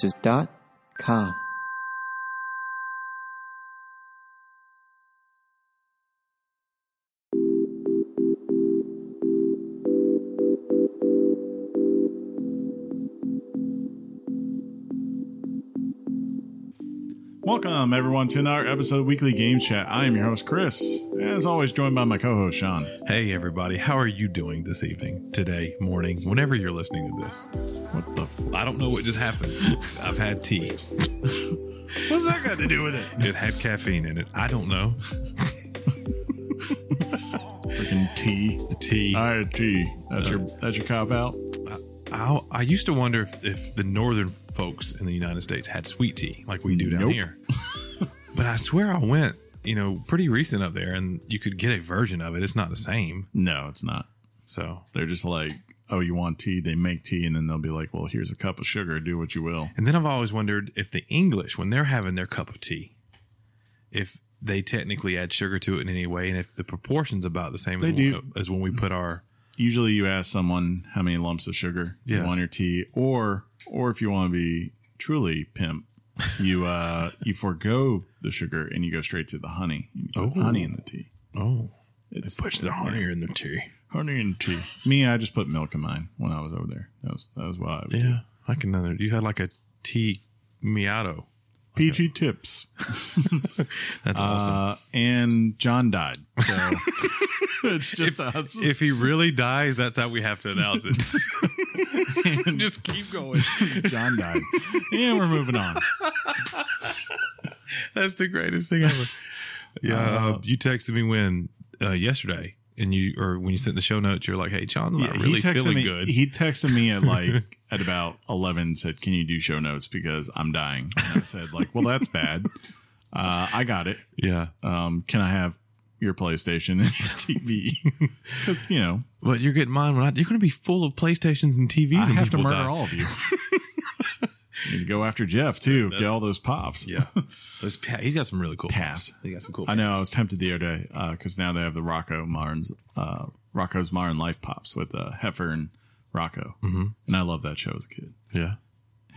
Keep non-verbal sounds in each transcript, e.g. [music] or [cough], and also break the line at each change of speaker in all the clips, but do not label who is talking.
geekversus.com.
Welcome, everyone, to another episode of Weekly Game Chat. I am your host, Chris. As always, joined by my co host, Sean.
Hey, everybody. How are you doing this evening, today, morning, whenever you're listening to this?
What the? F-
I don't know what just happened. I've had tea.
What's that got to do with it?
It had caffeine in it. I don't know.
Freaking tea.
Tea. I,
IRG. That's your that's your cop out.
I, I used to wonder if, if the northern folks in the United States had sweet tea like we do down
Nope.
here. [laughs] but I swear I went, you know, pretty recent up there and you could get a version of it. It's not the same.
No, it's not.
So,
They're just like, oh, you want tea? They make tea, and then they'll be like, well, here's a cup of sugar. Do what you will.
and then I've always wondered if the English, when they're having their cup of tea, if they technically add sugar to it in any way and if the proportion's about the same as,
They do.
when, as when we put our
Usually, you ask someone how many lumps of sugar you
Yeah.
want your tea, or or if you want to be truly pimp, you uh you forego the sugar and you go straight to the honey. You put
Oh.
honey in the tea.
Oh,
It's
honey in the tea.
Honey and tea. Me, I just put milk in mine when I was over there. That was that was why. I would do.
Yeah, I can. Under, you had like a tea miato.
Peachy
[laughs]
tips.
That's awesome.
Uh, and John died. So it's [laughs] just us.
If he really dies, that's how we have to
[laughs]
announce it. [laughs] Just keep going.
John died. And we're moving on.
That's the greatest thing ever. Yeah, uh, you texted me when uh, yesterday, and you or when you sent the show notes, you're like, "Hey, John's not
Yeah, he
really
texted
feeling
me,
good."
He texted me at like
[laughs]
at about eleven. Said, "Can you do show notes because I'm dying?" And I said, "Like, well, that's bad. Uh, I got it.
yeah,
Um, can I have your PlayStation and [laughs] TV? Because you know,
but you're getting mine. When I, you're going to be full of PlayStations and TVs.
I
when
have to
people
murder
die.
all of
[laughs]
you. Need to go after Jeff too. Get all those pops.
Yeah,
[laughs]
Those pa- he's got some really cool
Pass.
He got some cool.
I know. I was tempted the other day because now they have the Rocco Marn's uh, Rocco's Marn Life Pops with uh, Heifer and Rocco, mm-hmm. and I loved that show as a kid.
Yeah,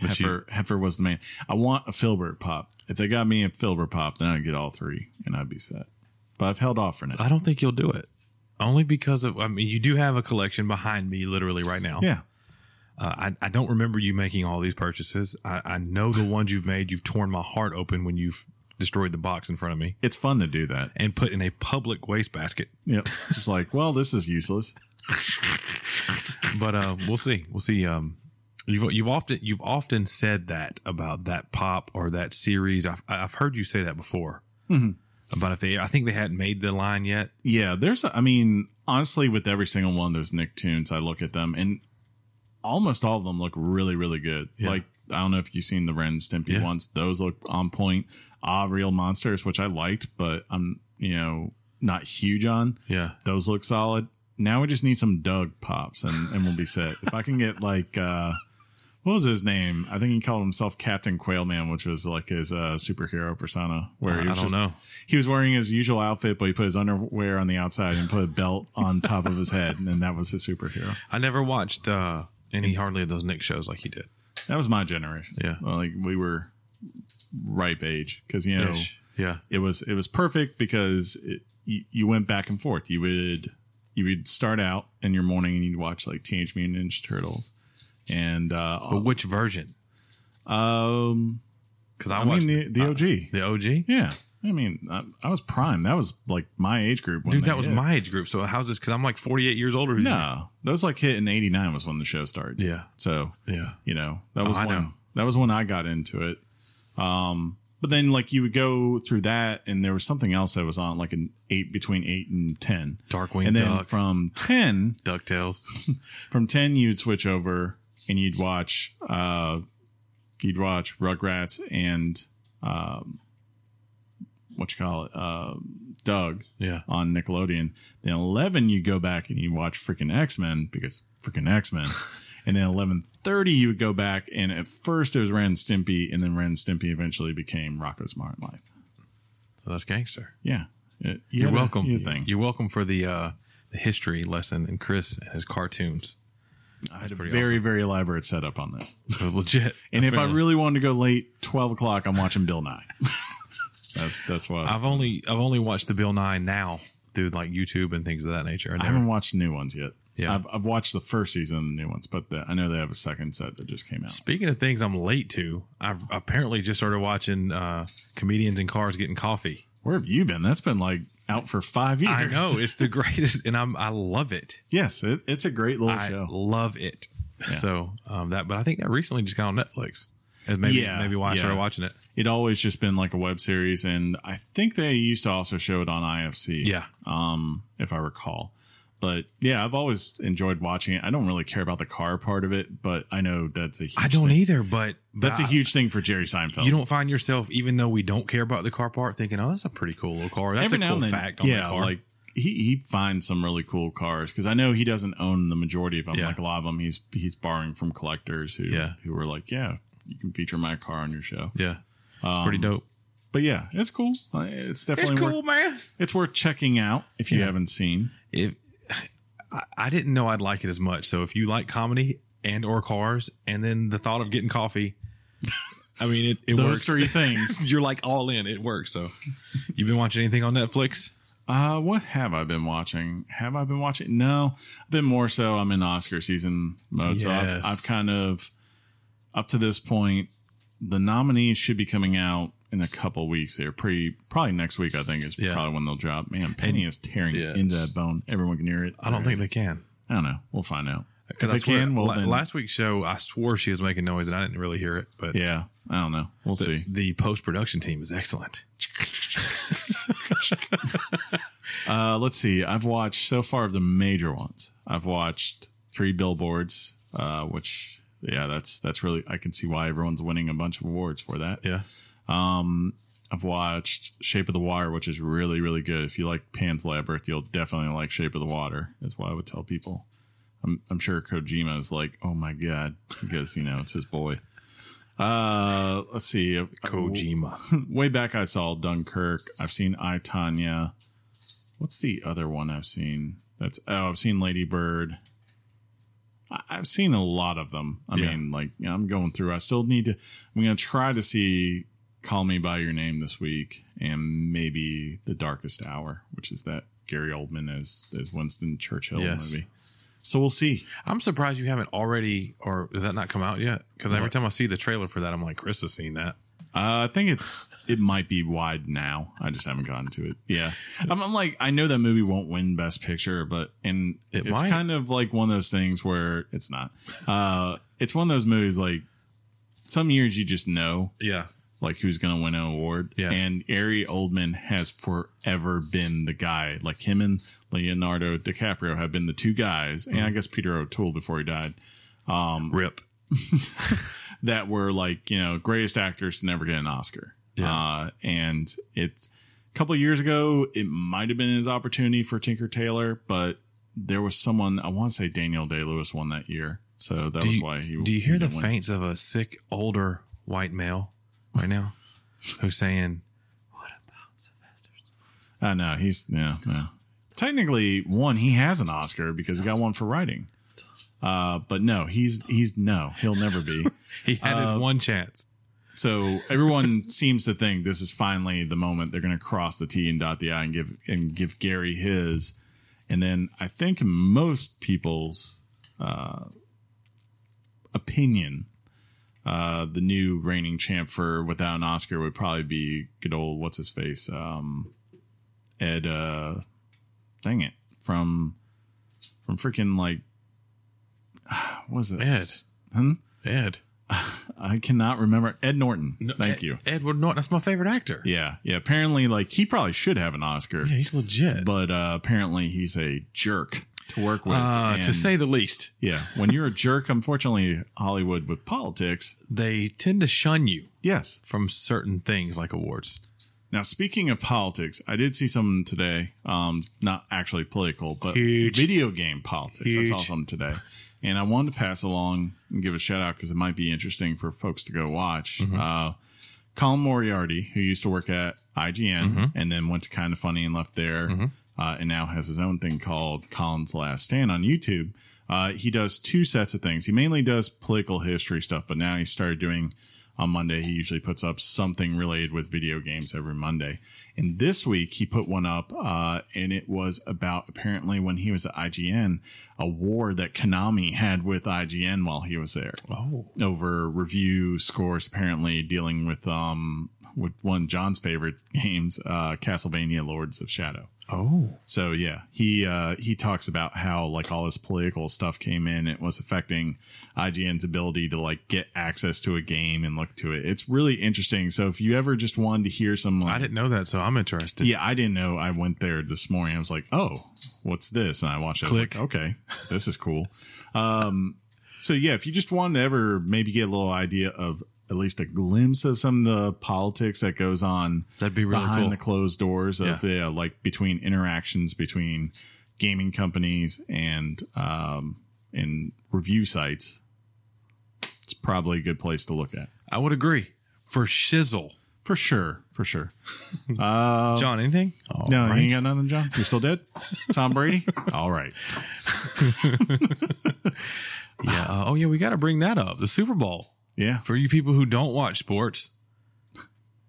But you-
Heifer, Heifer was the man. I want a Filbert pop. If they got me a Filbert pop, then I'd get all three, and I'd be set. But I've held off for now.
I don't think you'll do it. Only because of, I mean, you do have a collection behind me literally right now.
[laughs] yeah,
Uh, I, I don't remember you making all these purchases. I, I know the ones you've made, you've torn my heart open when you've destroyed the box in front of me
it's fun to do that.
and put in a public wastebasket. [laughs]
Yep. Just like, well, this is useless.
But uh, we'll see. We'll see. Um, you've, you've often you've often said that about that pop or that series. I've, I've heard you say that before. About if they, I think they hadn't made the line yet.
Yeah, there's. a- I mean, honestly, with every single one of those Nicktoons, I look at them, and almost all of them look really, really good.
Yeah.
Like I don't know if you've seen the Ren and Stimpy
Yeah.
ones; those look on point. Ah, Real Monsters, which I liked, but I'm you know not huge on.
Yeah.
Those look solid. Now we just need some Doug pops, and and we'll be set. if I can get like. uh what was his name? I think he called himself Captain Quailman, which was like his uh, superhero persona. Where
I,
he
Uh, I
was
don't
just
know.
he was wearing his usual outfit, but he put his underwear on the outside and put a belt on top of his head, and that was his superhero.
I never watched uh, any hardly of those Nick shows like you did.
That was my generation.
Yeah.
well, like we were ripe age because you know
Ish. Yeah.
it was it was perfect because it, you, you went back and forth. You would you would start out in your morning and you'd watch like Teenage Mutant Ninja Turtles, and
But
uh,
which version?
um,
Because I,
I mean
watched
the the
uh,
OG,
the OG.
yeah. I mean, I, I was prime. That was like my age group. When
Dude,
they
that was
hit.
my age group. So how's this? Because I'm like 48 years older. Than
No, those like hit in '89 was when the show started.
you. Yeah.
So
Yeah.
you know that
Oh,
was
I
when,
know.
that was when I got into it. Um, but then like you would go through that, and there was something else that was on like an eight between eight and ten,
Darkwing
and then
Duck.
from ten
Ducktales.
from ten you'd switch over and you'd watch uh you'd watch Rugrats and um what you call it uh Doug
Yeah.
on Nickelodeon. Then eleven, you go back and you watch freaking X Men because freaking X
[laughs]
Men. and then eleven thirty, you would go back and at first it was Ren and Stimpy, and then Ren and Stimpy eventually became Rocco's Modern Life.
So that's gangster.
Yeah, It- you
You're
had a-
welcome.
you had a thing.
You're welcome for the uh, the history lesson and Chris and his cartoons.
I had a
pretty
very,
awesome.
very elaborate setup on
[laughs]
this.
It was legit.
And if I
Apparently.
really wanted to go late, twelve o'clock, I'm watching Bill Nye. [laughs] that's that's why I,
I've only I've only watched the Bill Nye now through like YouTube and things of that nature. I never-
haven't watched the new ones yet.
Yeah.
I've, I've watched the first season of the new ones, but the, I know they have a second set that just came out.
Speaking of things I'm late to, I've apparently just started watching uh, comedians in cars getting coffee.
Where have you been? That's been like out for five years.
I know it's the greatest, and I'm I love it.
Yes, it, it's a great little
I
show.
love it. So um, that, but I think that recently just got on Netflix. And maybe
Yeah,
maybe why I
yeah.
started watching it.
It always just been like a web series, and I think they used to also show it on IFC.
Yeah,
um, if I recall. But yeah, I've always enjoyed watching it. I don't really care about the car part of it, but I know that's a huge
I don't
thing.
either. But, but
That's a
I-
huge thing for Jerry Seinfeld.
You don't find yourself, even though we don't care about the car part, thinking, "Oh, that's a pretty cool little car." That's
every
a
now
cool
and then,
fact on
yeah,
that car.
like he he finds some really cool cars because I know he doesn't own the majority of them.
Yeah.
Like a lot of them, he's he's borrowing from collectors who
Yeah.
who were like, yeah, you can feature my car on your show.
yeah, pretty dope.
But yeah, um, it's cool. Uh, It's definitely worth,
man.
it's worth checking out if you haven't seen.
if I, I didn't know I'd like it as much. So if you like comedy and or cars, and then the thought of getting coffee, I mean, it, it
Those
works. [laughs]
three things.
You're like all in. It works. So [laughs] you've been watching anything on Netflix?
Uh, what have I been watching? Have I been watching? No, I've been more so. I'm in Oscar season mode, so I've,
Yes.
I've kind of up to this point. The nominees should be coming out in a couple weeks. They're pretty probably next week. I think is
Yeah.
probably when they'll drop. Man, Penny is tearing
Yes.
into that bone. Everyone can hear it.
I don't think they can.
I don't know. We'll find out. If
I
they
swear-
can, well
la-
then.
last week's show, I swore she was making noise, and I didn't really hear it. But
yeah, I don't know. We'll
the,
see.
the post production team is excellent.
Uh, let's see. I've watched so far of the major ones. I've watched three billboards, uh, which yeah, that's that's really I can see why everyone's winning a bunch of awards for that.
Yeah,
I've watched Shape of the Water, which is really really good. If you like Pan's Labyrinth, you'll definitely like Shape of the Water. That's why I would tell people. I'm I'm sure Kojima is like, oh my god, because you know it's his boy. Uh, let's see.
Kojima.
Way back, I saw Dunkirk. I've seen I Tanya. What's the other one I've seen? That's oh, I've seen Lady Bird. I- I've seen a lot of them. I
Yeah.
mean, like you know, I'm going through. I still need to. I'm going to try to see Call Me by Your Name this week, and maybe The Darkest Hour, which is that Gary Oldman as as Winston Churchill
Yes.
movie. So we'll see.
I'm surprised you haven't already, or does that not come out yet? Because every
What?
time I see the trailer for that, I'm like, Chris has seen that.
Uh, I think it's it might be wide now. I just haven't gotten to it. Yeah, I'm, I'm like I know that movie won't win Best Picture, but and
It
it's
might.
kind of like one of those things where it's not. Uh, it's one of those movies like some years you just know
Yeah,
like who's gonna win an award.
Yeah.
and Ari Oldman has forever been the guy. Like him and Leonardo DiCaprio have been the two guys,
Mm-hmm.
and I guess Peter O'Toole before he died
rip.
that were like you know greatest actors to never get an Oscar.
Yeah.
Uh, and it's a couple of years ago, it might have been his opportunity for Tinker Taylor, but there was someone I want to say Daniel Day Lewis won that year, so that
Do
was
you-
why he.
Do you hear
he
the
didn't win.
faints of a sick older white male right now
[laughs]
who's saying,
Uh, no, he's no, no. Technically, one he has an Oscar because he got one for writing. Uh, but no, he's he's no, he'll never
[laughs]
be.
he had
Um,
his one chance?
So everyone [laughs] seems to think this is finally the moment they're going to cross the T and dot the I and give and give Gary his. And then I think in most people's uh, opinion, uh, the new reigning champ for without an Oscar would probably be good old what's his face, um, Ed. Uh, dang it, from from freaking like [sighs] what was it
Ed.
Hmm?
Ed.
I cannot remember Ed Norton. Thank
Ed-
you.
Edward Norton. That's my favorite actor.
Yeah, yeah. Apparently, like he probably should have an Oscar,
Yeah, he's legit.
but uh, apparently he's a jerk to work with.
uh, to
And,
say the least,
yeah, when you're a jerk, unfortunately, Hollywood with politics.
they tend to shun you
Yes.
from certain things like awards.
Now, speaking of politics, I did see something today. Um, not actually political, but
Huge.
video game politics. I saw
Huge.
something today, and I wanted to pass along and give a shout out because it might be interesting for folks to go watch.
Mm-hmm.
Uh, Colin Moriarty, who used to work at IGN and then went to Kind of Funny and left there, uh, and now has his own thing called Colin's Last Stand on YouTube. Uh, he does two sets of things. He mainly does political history stuff, but now he started doing on Monday. He usually puts up something related with video games every Monday. And this week he put one up, uh, and it was about apparently when he was at IGN, a war that Konami had with IGN while he was there
Oh,
over review scores. Apparently dealing with um with one of John's favorite [laughs] games, uh, Castlevania: Lords of Shadow.
oh,
So yeah, he uh, he talks about how like all this political stuff came in. It was affecting IGN's ability to like get access to a game and look to it. It's really interesting. So if you ever just wanted to hear some, like,
I didn't know that, so I'm [laughs] interested.
yeah, I didn't know. I went there this morning. I was like, oh, what's this? And I watched it. I was
Click.
like, okay, [laughs] this is cool. Um, so yeah, if you just wanted to ever maybe get a little idea of at least a glimpse of some of the politics that goes on
That'd be really
behind
cool.
the closed doors of
Yeah.
the like between interactions between gaming companies and um, and review sites. It's probably a good place to look at
I would agree for shizzle.
for sure. For sure. [laughs]
[laughs]
Uh,
John, anything? All
no,
Um, Oh, right.
you ain't got nothing, John. You're still dead, Tom Brady. [laughs] All right.
yeah. uh, oh yeah, we got to bring that up. The Super Bowl
Yeah.
for you people who don't watch sports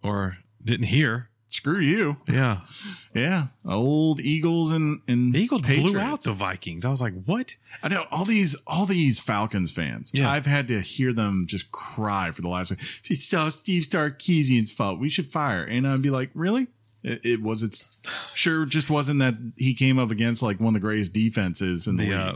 or didn't hear.
Screw you.
Yeah,
Yeah. Old Eagles and and
the Eagles blew
Patriots.
out the Vikings. I was like, what?
I know all these all these Falcons fans.
Yeah.
I've had to hear them just cry for the last. It's all Steve Starkeesian's fault. We should fire. And I'd be like, really? It, it was. It's sure. Just wasn't that he came up against like one of the greatest defenses in the,
the
league.
uh,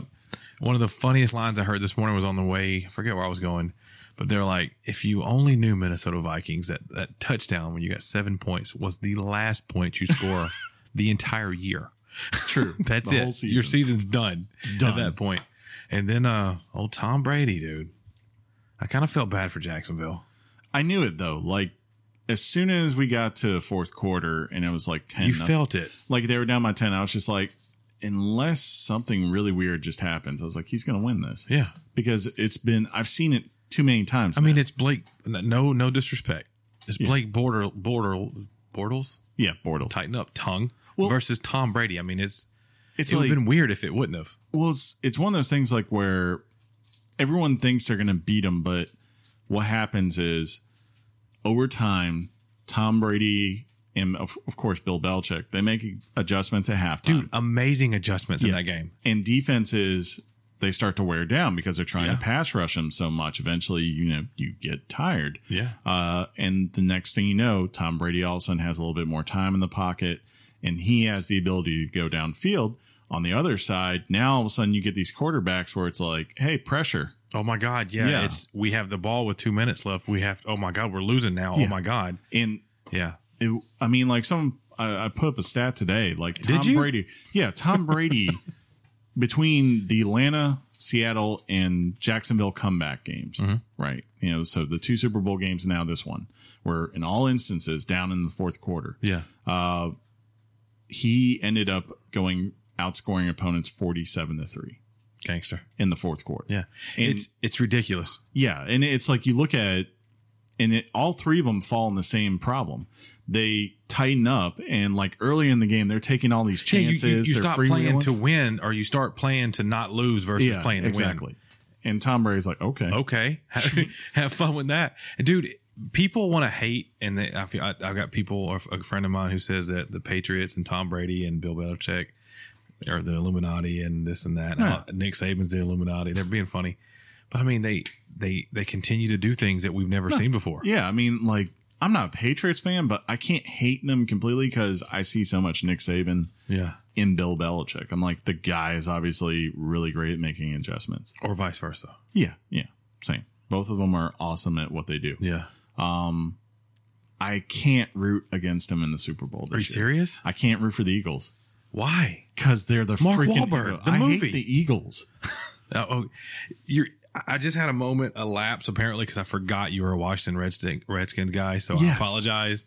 one of the funniest lines I heard this morning was on the way. I forget where I was going, but they're like, "If you only knew Minnesota Vikings that that touchdown when you got seven points was the last point
[laughs]
you score the entire year.
True.
[laughs] That's
The
it.
whole season.
Your season's done, at that point. And then, uh, old Tom Brady, dude. I kind of felt bad for Jacksonville.
I knew it though. Like as soon as we got to fourth quarter and it was like ten.
You
nothing,
felt it.
like they were down by 10 i was just like unless something really weird just happens i was like he's gonna win this
Yeah.
because it's been i've seen it too many times
I mean, it's Blake. No, no disrespect. It's Blake Border, Border, Bortles.
yeah Bortle.
Tighten up, tongue
Well-
versus Tom Brady. I mean, it's
it's
it would
like
have been weird if it wouldn't have.
well it's, it's one of those things like where everyone thinks they're gonna beat him but what happens is over time tom brady and of, of course bill belichick they make adjustments at halftime
Dude, amazing adjustments in that game.
and defenses they start to wear down because they're trying to pass rush them so much. Eventually, you know, you get tired.
Yeah.
Uh, and the next thing you know, Tom Brady all of a sudden has a little bit more time in the pocket, and he has the ability to go downfield. On the other side, now all of a sudden you get these quarterbacks where it's like, hey, pressure.
Oh my God, yeah,
Yeah.
It's we have the ball with two minutes left. We have. Oh my God, we're losing now. Oh my God,
And
yeah.
it, I mean, like some, I, I put up a stat today. Like Tom
you?
Brady, yeah, Tom Brady between the Atlanta, Seattle, and Jacksonville comeback games, right? You know, so the two Super Bowl games and now this one were in all instances down in the fourth quarter.
Yeah.
He ended up going outscoring opponents forty-seven to three
Gangster.
in the fourth quarter.
Yeah.
And-
it's it's ridiculous.
Yeah, and it's like you look at it, and it, all three of them fall in the same problem. They tighten up, and like early in the game, they're taking all these
Yeah, you-
chances.
you, you
they're
stop
freewheeling.
playing to win or you start playing to not lose versus
yeah,
playing to Oh.
exactly. And Tom Brady's like, okay,
win. Okay. [laughs] have fun with that. And dude, people want to hate. And they, I feel, I, I've got people, or a friend of mine who says that the Patriots and Tom Brady and Bill Belichick are the Illuminati and this and that. And
Yeah.
I- Nick Saban's the Illuminati. They're being funny. But I mean, they, they, they continue to do things that we've never seen before.
yeah. I mean, like I'm not a Patriots fan, but I can't hate them completely because I see so much Nick Saban
Yeah.
in Bill Belichick. I'm like, the guy is obviously really great at making adjustments.
Or vice versa.
Yeah, yeah, same. Both of them are awesome at what they do.
Yeah.
I can't root against them in the Super Bowl.
Are you
this year.
serious?
I can't root for the Eagles
Why?
because they're the
Mark
freaking
Wahlberg, the
I
movie.
hate the Eagles.
Uh, oh, you're. I- I just had a moment elapse apparently because I forgot you were a Washington Redskin, Redskins guy, so I
Yes.
apologize.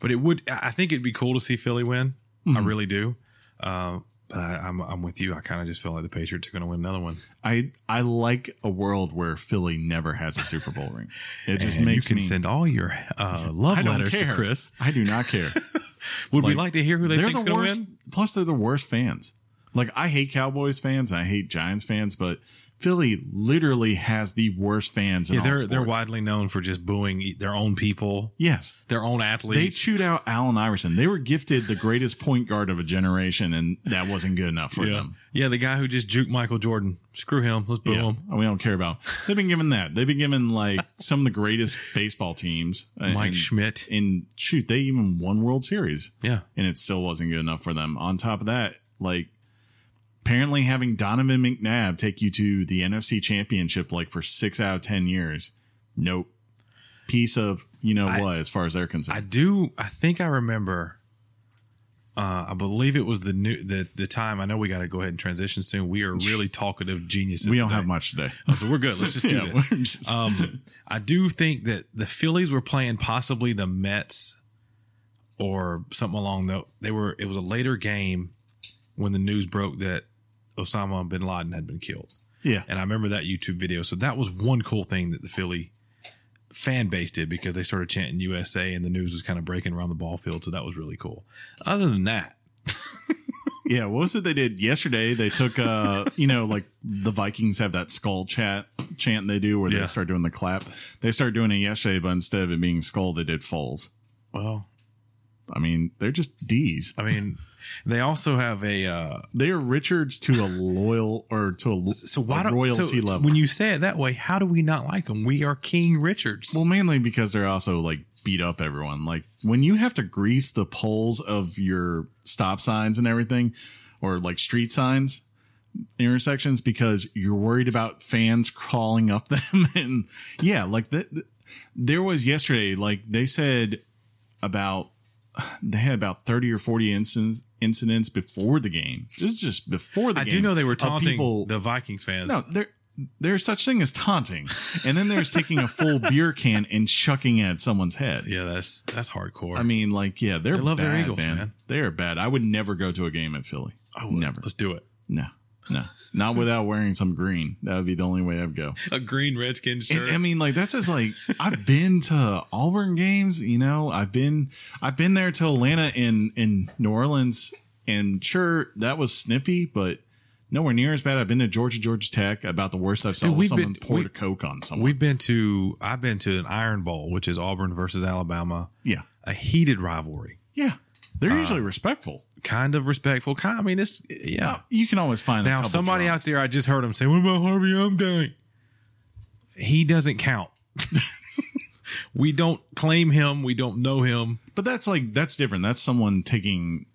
But it would. I I think it'd be cool to see Philly win. I
Mm-hmm.
really do. Uh, but I, I'm I'm with you. I kind of just feel like the Patriots are going to win another one.
I I like a world where Philly never has a Super Bowl ring. It just
And
makes
you can
me.
send all your uh,
[laughs]
love
I don't
letters
care.
to Chris.
I do not care.
Would we like to hear [laughs] who they
they're
think's
the
going to
worst.
win?
Plus, they're the worst fans. Like I hate Cowboys fans, I hate Giants fans, but Philly literally has the worst fans. In
Yeah,
all
they're they're
sports.
widely known for just booing e- their own people,
Yes,
their own
they
athletes.
chewed out Allen Iverson. They were gifted the greatest point guard of a generation, and that wasn't good enough for
yeah.
them.
yeah, the guy who just juked Michael Jordan. Screw him. Let's boo
Yeah,
him.
we don't care about. Them. They've been given that. They've been given like some of the greatest baseball teams. uh,
Mike
and,
Schmidt.
and shoot, they even won World Series.
Yeah.
and it still wasn't good enough for them. On top of that, like apparently having Donovan McNabb take you to the NFC Championship like for six out of ten years, nope. Piece of you know what as far as they're
I
concerned.
do. I think I remember. Uh, I believe it was the new the the time. I know we got to go ahead and transition soon. We are really talkative geniuses.
we don't
today.
have much today.
so we're [laughs] good. Let's just [laughs]
[laughs]
do
Yeah,
this.
we're just-
Um, I do think that the Phillies were playing possibly the Mets or something along the. They were. It was a later game when the news broke that Osama bin Laden had been killed,
yeah,
and I remember that YouTube video. So that was one cool thing that the Philly fan base did because they started chanting USA, and the news was kind of breaking around the ball field. So that was really cool. Other than that,
yeah. What was it they did yesterday? They took uh, you know, like the Vikings have that skull chat chant they do where
Yeah.
they start doing the clap. They started doing it yesterday, but instead of it being skull, they did foals.
well,
I mean, they're just D's.
I mean, [laughs] they also have a. Uh,
They are Richards to a loyal or to a,
So why
a
don't
royalty
so
level.
When you say it that way, how do we not like them? We are King Richards.
well, mainly because they're also like beat up everyone. Like when you have to grease the poles of your stop signs and everything, or like street signs, intersections, because you're worried about fans crawling up [laughs] them. And yeah, like that. There was yesterday, like they said about [sighs] they had about 30 or 40 incidents incidents before the game. This is just before the
I
game.
do know they were
of
taunting
people-
the Vikings fans.
No, there there's such thing as taunting, and then there's taking a full beer can and chucking it at someone's head.
Yeah, that's that's hardcore.
I mean, like, yeah, they're
They love
bad,
their Eagles,
man.
man.
They are bad. I would never go to a game at Philly.
Oh,
never.
Let's do it.
No, no, not without wearing some green. That would be the only way I'd go.
A green Redskins
And, I mean, like that's just like I've been to Auburn games. You know, I've been I've been there to Atlanta in in New Orleans, and sure that was snippy, but nowhere near as bad. I've been to Georgia Georgia Tech. About the worst I've saw
Dude,
was
we've
someone
been-
poured
we-
a coke on someone.
We've been to. I've been to an Iron Bowl, which is Auburn versus Alabama,
yeah,
a heated rivalry,
yeah, they're
Uh,
usually respectful.
kind of respectful. Kind. I mean, it's yeah.
You can always find
Now, somebody out there, I just heard him say, "What about Harvey Umdang?" He doesn't count. [laughs] we don't claim him. We don't know him.
but that's like that's different. That's someone taking,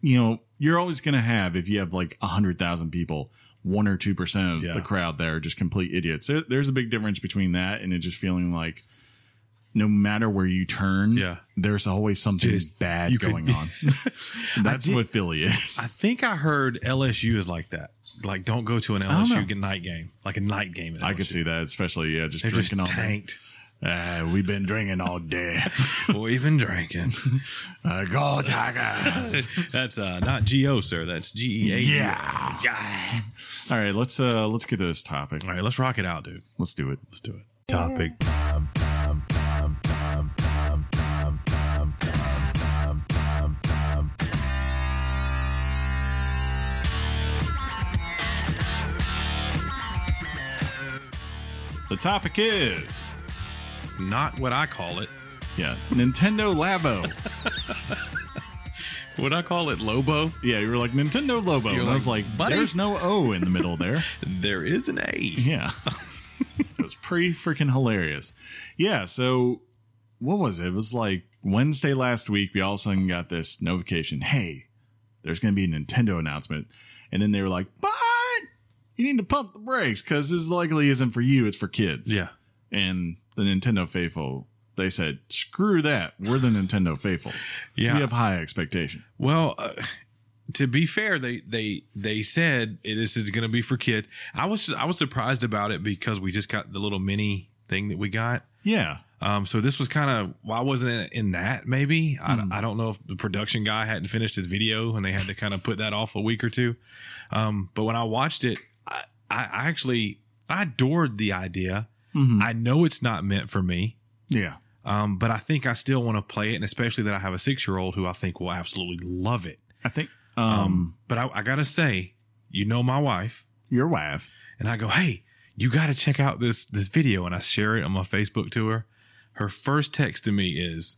you know, you're always gonna have if you have like a hundred thousand people, one or two percent of
Yeah.
the crowd there are just complete idiots. There, there's a big difference between that and it just feeling like no matter where you turn,
Yeah.
there's always something bad
you could- [laughs]
going on. that's
did-
what Philly is.
I think I heard LSU is like that. Like, don't go to an
don't
LSU
know.
get night game, like a night game. At
I, could
LSU.
see that, especially yeah, just
They're just
drinking all day.
tanked.
Uh, we've been drinking all
[laughs]
day.
We've been
[laughs]
drinking.
Uh, go Tigers!
That's uh, not G O, sir. That's G E A.
yeah. All right, let's uh let's get to this topic.
All right, let's rock it out, dude.
Let's do it.
Let's do it. Topic
The topic is
not what I call it.
yeah, Nintendo
[laughs]
Labo.
Would I call it Lobo?
yeah, you were like Nintendo Lobo, and I was like,
buddy?
there's no O in the middle there.
There is an A.
yeah, [laughs] it was pretty freaking hilarious. Yeah, so what was it? It was like Wednesday last week. We all of a sudden got this notification. Hey, there's going to be a Nintendo announcement, and then they were like, but you need to pump the brakes because this likely isn't for you. It's for kids.
Yeah.
and the Nintendo faithful, they said, "Screw that! We're the Nintendo faithful.
[laughs] Yeah.
We have high expectation."
Well, uh, to be fair, they they they said this is going to be for kids. I was I was surprised about it because we just got the little mini thing that we got.
Yeah,
Um, so this was kind of why wasn't it in that? Maybe I, I don't know if the production guy hadn't finished his video and they had to kind of put that off a week or two. Um, but when I watched it, I, I I actually I adored the idea.
Mhm.
I know it's not meant for me,
yeah,
um, but I think I still want to play it, and especially that I have a six year old who I think will absolutely love it.
I think. Um,
But I, I gotta say, you know my wife,
Your wife. [laughs]
and I go, "Hey, you got to check out this this video," and I share it on my Facebook to her. Her first text to me is,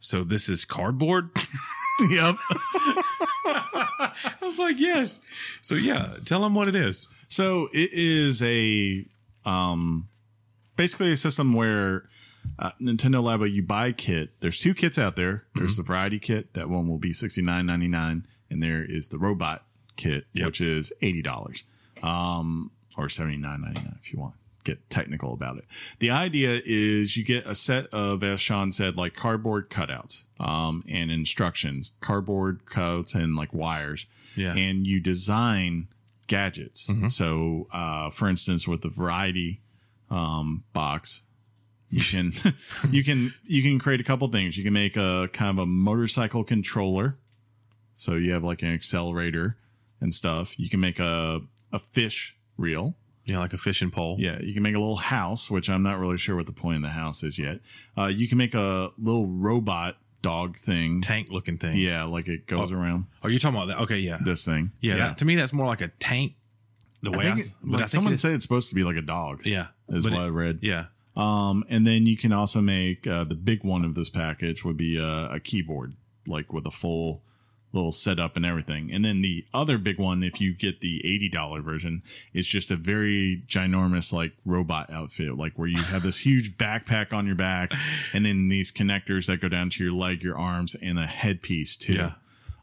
"So this is cardboard." [laughs]
yep.
I was like, "Yes." So yeah, tell them what it is.
So it is a um, basically a system where uh, Nintendo Labo you buy a kit. There's two kits out there. There's the variety kit. That one will be sixty nine ninety nine, and there is the robot kit, which is eighty dollars, um, or seventy nine ninety nine if you want. Get technical about it. The idea is you get a set of, as Sean said, like cardboard cutouts um, and instructions, cardboard cutouts and like wires
Yeah. Mm-hmm.
and you design gadgets. So, uh, for instance, with the variety um, box, you can [laughs] you can you can create a couple things. You can make a kind of a motorcycle controller, so you have like an accelerator and stuff. You can make a a fish reel.
yeah, like a fishing pole.
Yeah, you can make a little house, which I'm not really sure what the point of the house is yet. Uh, you can make a little robot dog thing.
tank looking thing.
Yeah, like it goes around
Oh, you're talking about that? Okay, yeah,
this thing.
yeah. that- to me, that's more like a tank. The
I
way I,
think
s-
it-
but
like
I think
someone
it-
said it's supposed to be like a dog.
yeah,
is
but
what I
it-
read.
yeah,
Um, and then you can also make uh, the big one of this package would be uh, a keyboard, like with a full little setup and everything. And then the other big one, if you get the eighty dollar version, is just a very ginormous like robot outfit, like where you have
[laughs]
this huge backpack on your back, and then these connectors that go down to your leg, your arms, and a headpiece too.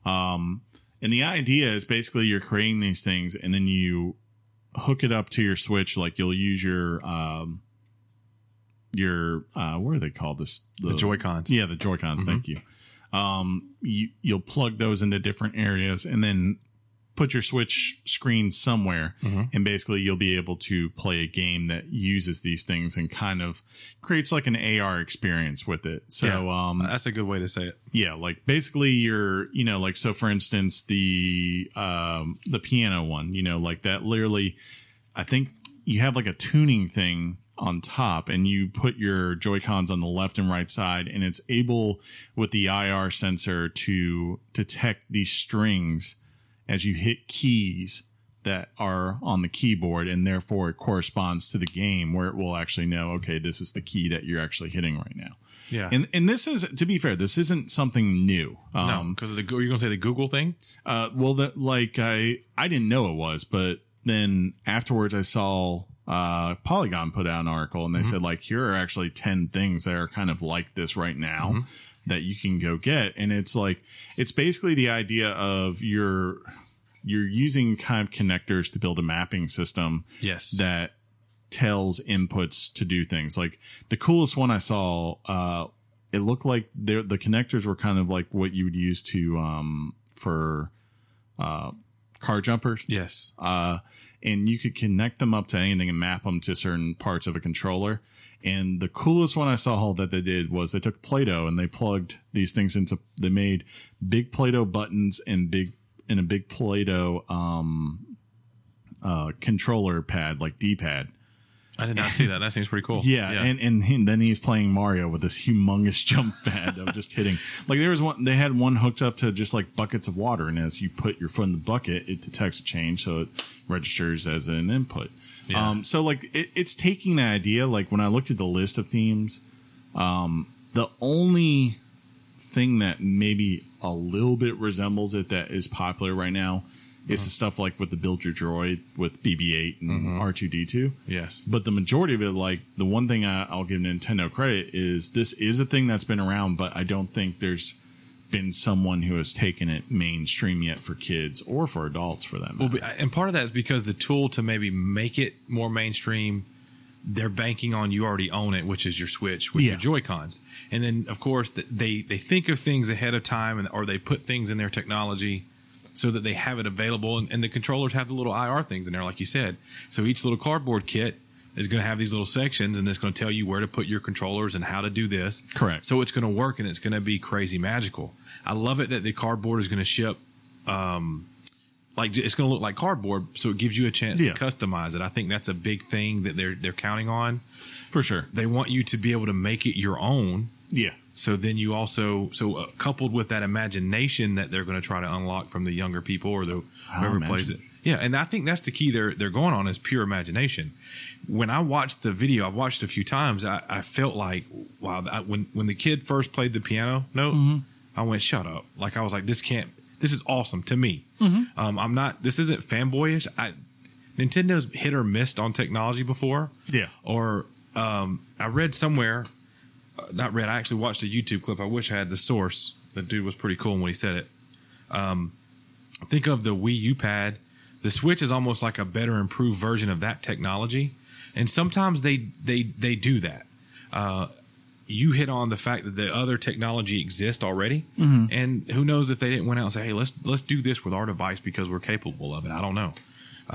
Um,
yeah.
And the idea is basically you're creating these things and then you hook it up to your Switch. Like you'll use your, um, your, uh, what are they called? This,
The Joy Cons.
Yeah, the Joy Cons. Thank you. Um, you, you'll plug those into different areas and then put your Switch screen somewhere.
Mhm.
And basically you'll be able to play a game that uses these things and kind of creates like an AR experience with it. So, um,
That's a good way to say it.
yeah like basically you're you know like so for instance the um the piano one you know like that literally i think you have like a tuning thing on top and you put your joy cons on the left and right side and it's able with the ir sensor to detect these strings as you hit keys that are on the keyboard and therefore it corresponds to the game where it will actually know okay this is the key that you're actually hitting right now
Yeah.
and and this is to be fair, this isn't something new.
no,
Um,
because the Go- you're gonna say the Google thing.
uh, well, that like I I didn't know it was, but then afterwards I saw uh, Polygon put out an article and
Mm-hmm.
they said like here are actually ten things that are kind of like this right now
Mm-hmm.
that you can go get, and it's like it's basically the idea of your you're using kind of connectors to build a mapping system
Yes.
that tells inputs to do things. Like the coolest one I saw, uh, it looked like there- the connectors were kind of like what you would use to um, for uh, car jumpers,
yes.
uh, and you could connect them up to anything and map them to certain parts of a controller. And the coolest one I saw that they did was they took Play-Doh and they plugged these things into. They made big Play-Doh buttons and big and a big Play-Doh um, uh, controller pad, like D-pad.
I did not see that. That seems pretty cool.
[laughs] Yeah, And, and he- then he's playing Mario with this humongous [laughs] jump pad of just hitting. Like there was one, they had one hooked up to just like buckets of water, and as you put your foot in the bucket, it detects a change, so it registers as an input.
Yeah.
Um, so like it, it's taking that idea. Like when I looked at the list of themes, um, the only thing that maybe a little bit resembles it that is popular right now is
Uh-huh.
the stuff like with the build your droid with BB-8 and
Mm-hmm.
R2D2.
yes.
But the majority of it, like the one thing I, I'll give Nintendo credit is this is a thing that's been around, but I don't think there's been someone who has taken it mainstream yet for kids or for adults for that matter.
Well, be- and part of that is because the tool to maybe make it more mainstream, they're banking on you already own it, which is your Switch with
Yeah.
your Joy Cons, and then of course th- they they think of things ahead of time, and or they put things in their technology so that they have it available, and, and the controllers have the little IR things in there, like you said. So each little cardboard kit is going to have these little sections, and it's going to tell you where to put your controllers and how to do this.
Correct.
So it's going to work, and it's going to be crazy magical. I love it that the cardboard is going to ship like it's going to look like cardboard, so it gives you a chance
Yeah.
to customize it. I think that's a big thing that they're they're counting on.
for sure.
They want you to be able to make it your own.
Yeah.
So then you also so uh, coupled with that imagination that they're going to try to unlock from the younger people or the whoever plays it.
imagine.
Yeah, and I think that's the key they're they're going on is pure imagination. When I watched the video, I've watched it a few times. I, I felt like wow, I, when when the kid first played the piano note, I went shut up. Like I was like, this can't. This is awesome to me. Um, I'm not. This isn't fanboyish. I Nintendo's hit or missed on technology before.
Yeah.
Or um, I read somewhere, uh, not read. I actually watched a YouTube clip. I wish I had the source. The dude was pretty cool when he said it Um, think of the Wii U pad. The Switch is almost like a better improved version of that technology, and sometimes they they they do that. Uh, you hit on the fact that the other technology exists already,
Mm-hmm.
and who knows if they didn't went out and say, "Hey, let's let's do this with our device because we're capable of it." I don't know. Um,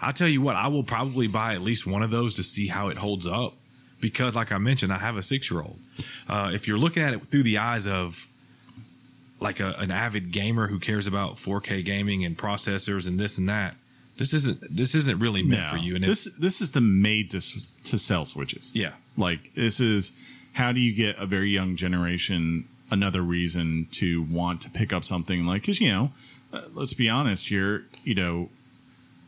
I'll tell you what, I will probably buy at least one of those to see how it holds up because, like I mentioned, I have a six year old. Uh, if you're looking at it through the eyes of like a, an avid gamer who cares about 4K gaming and processors and this and that. This isn't this isn't really meant
No.
for you. And
this this is the made to s- to sell switches.
Yeah.
like this is how do you get a very young generation another reason to want to pick up something like because you know, uh, let's be honest here, you know,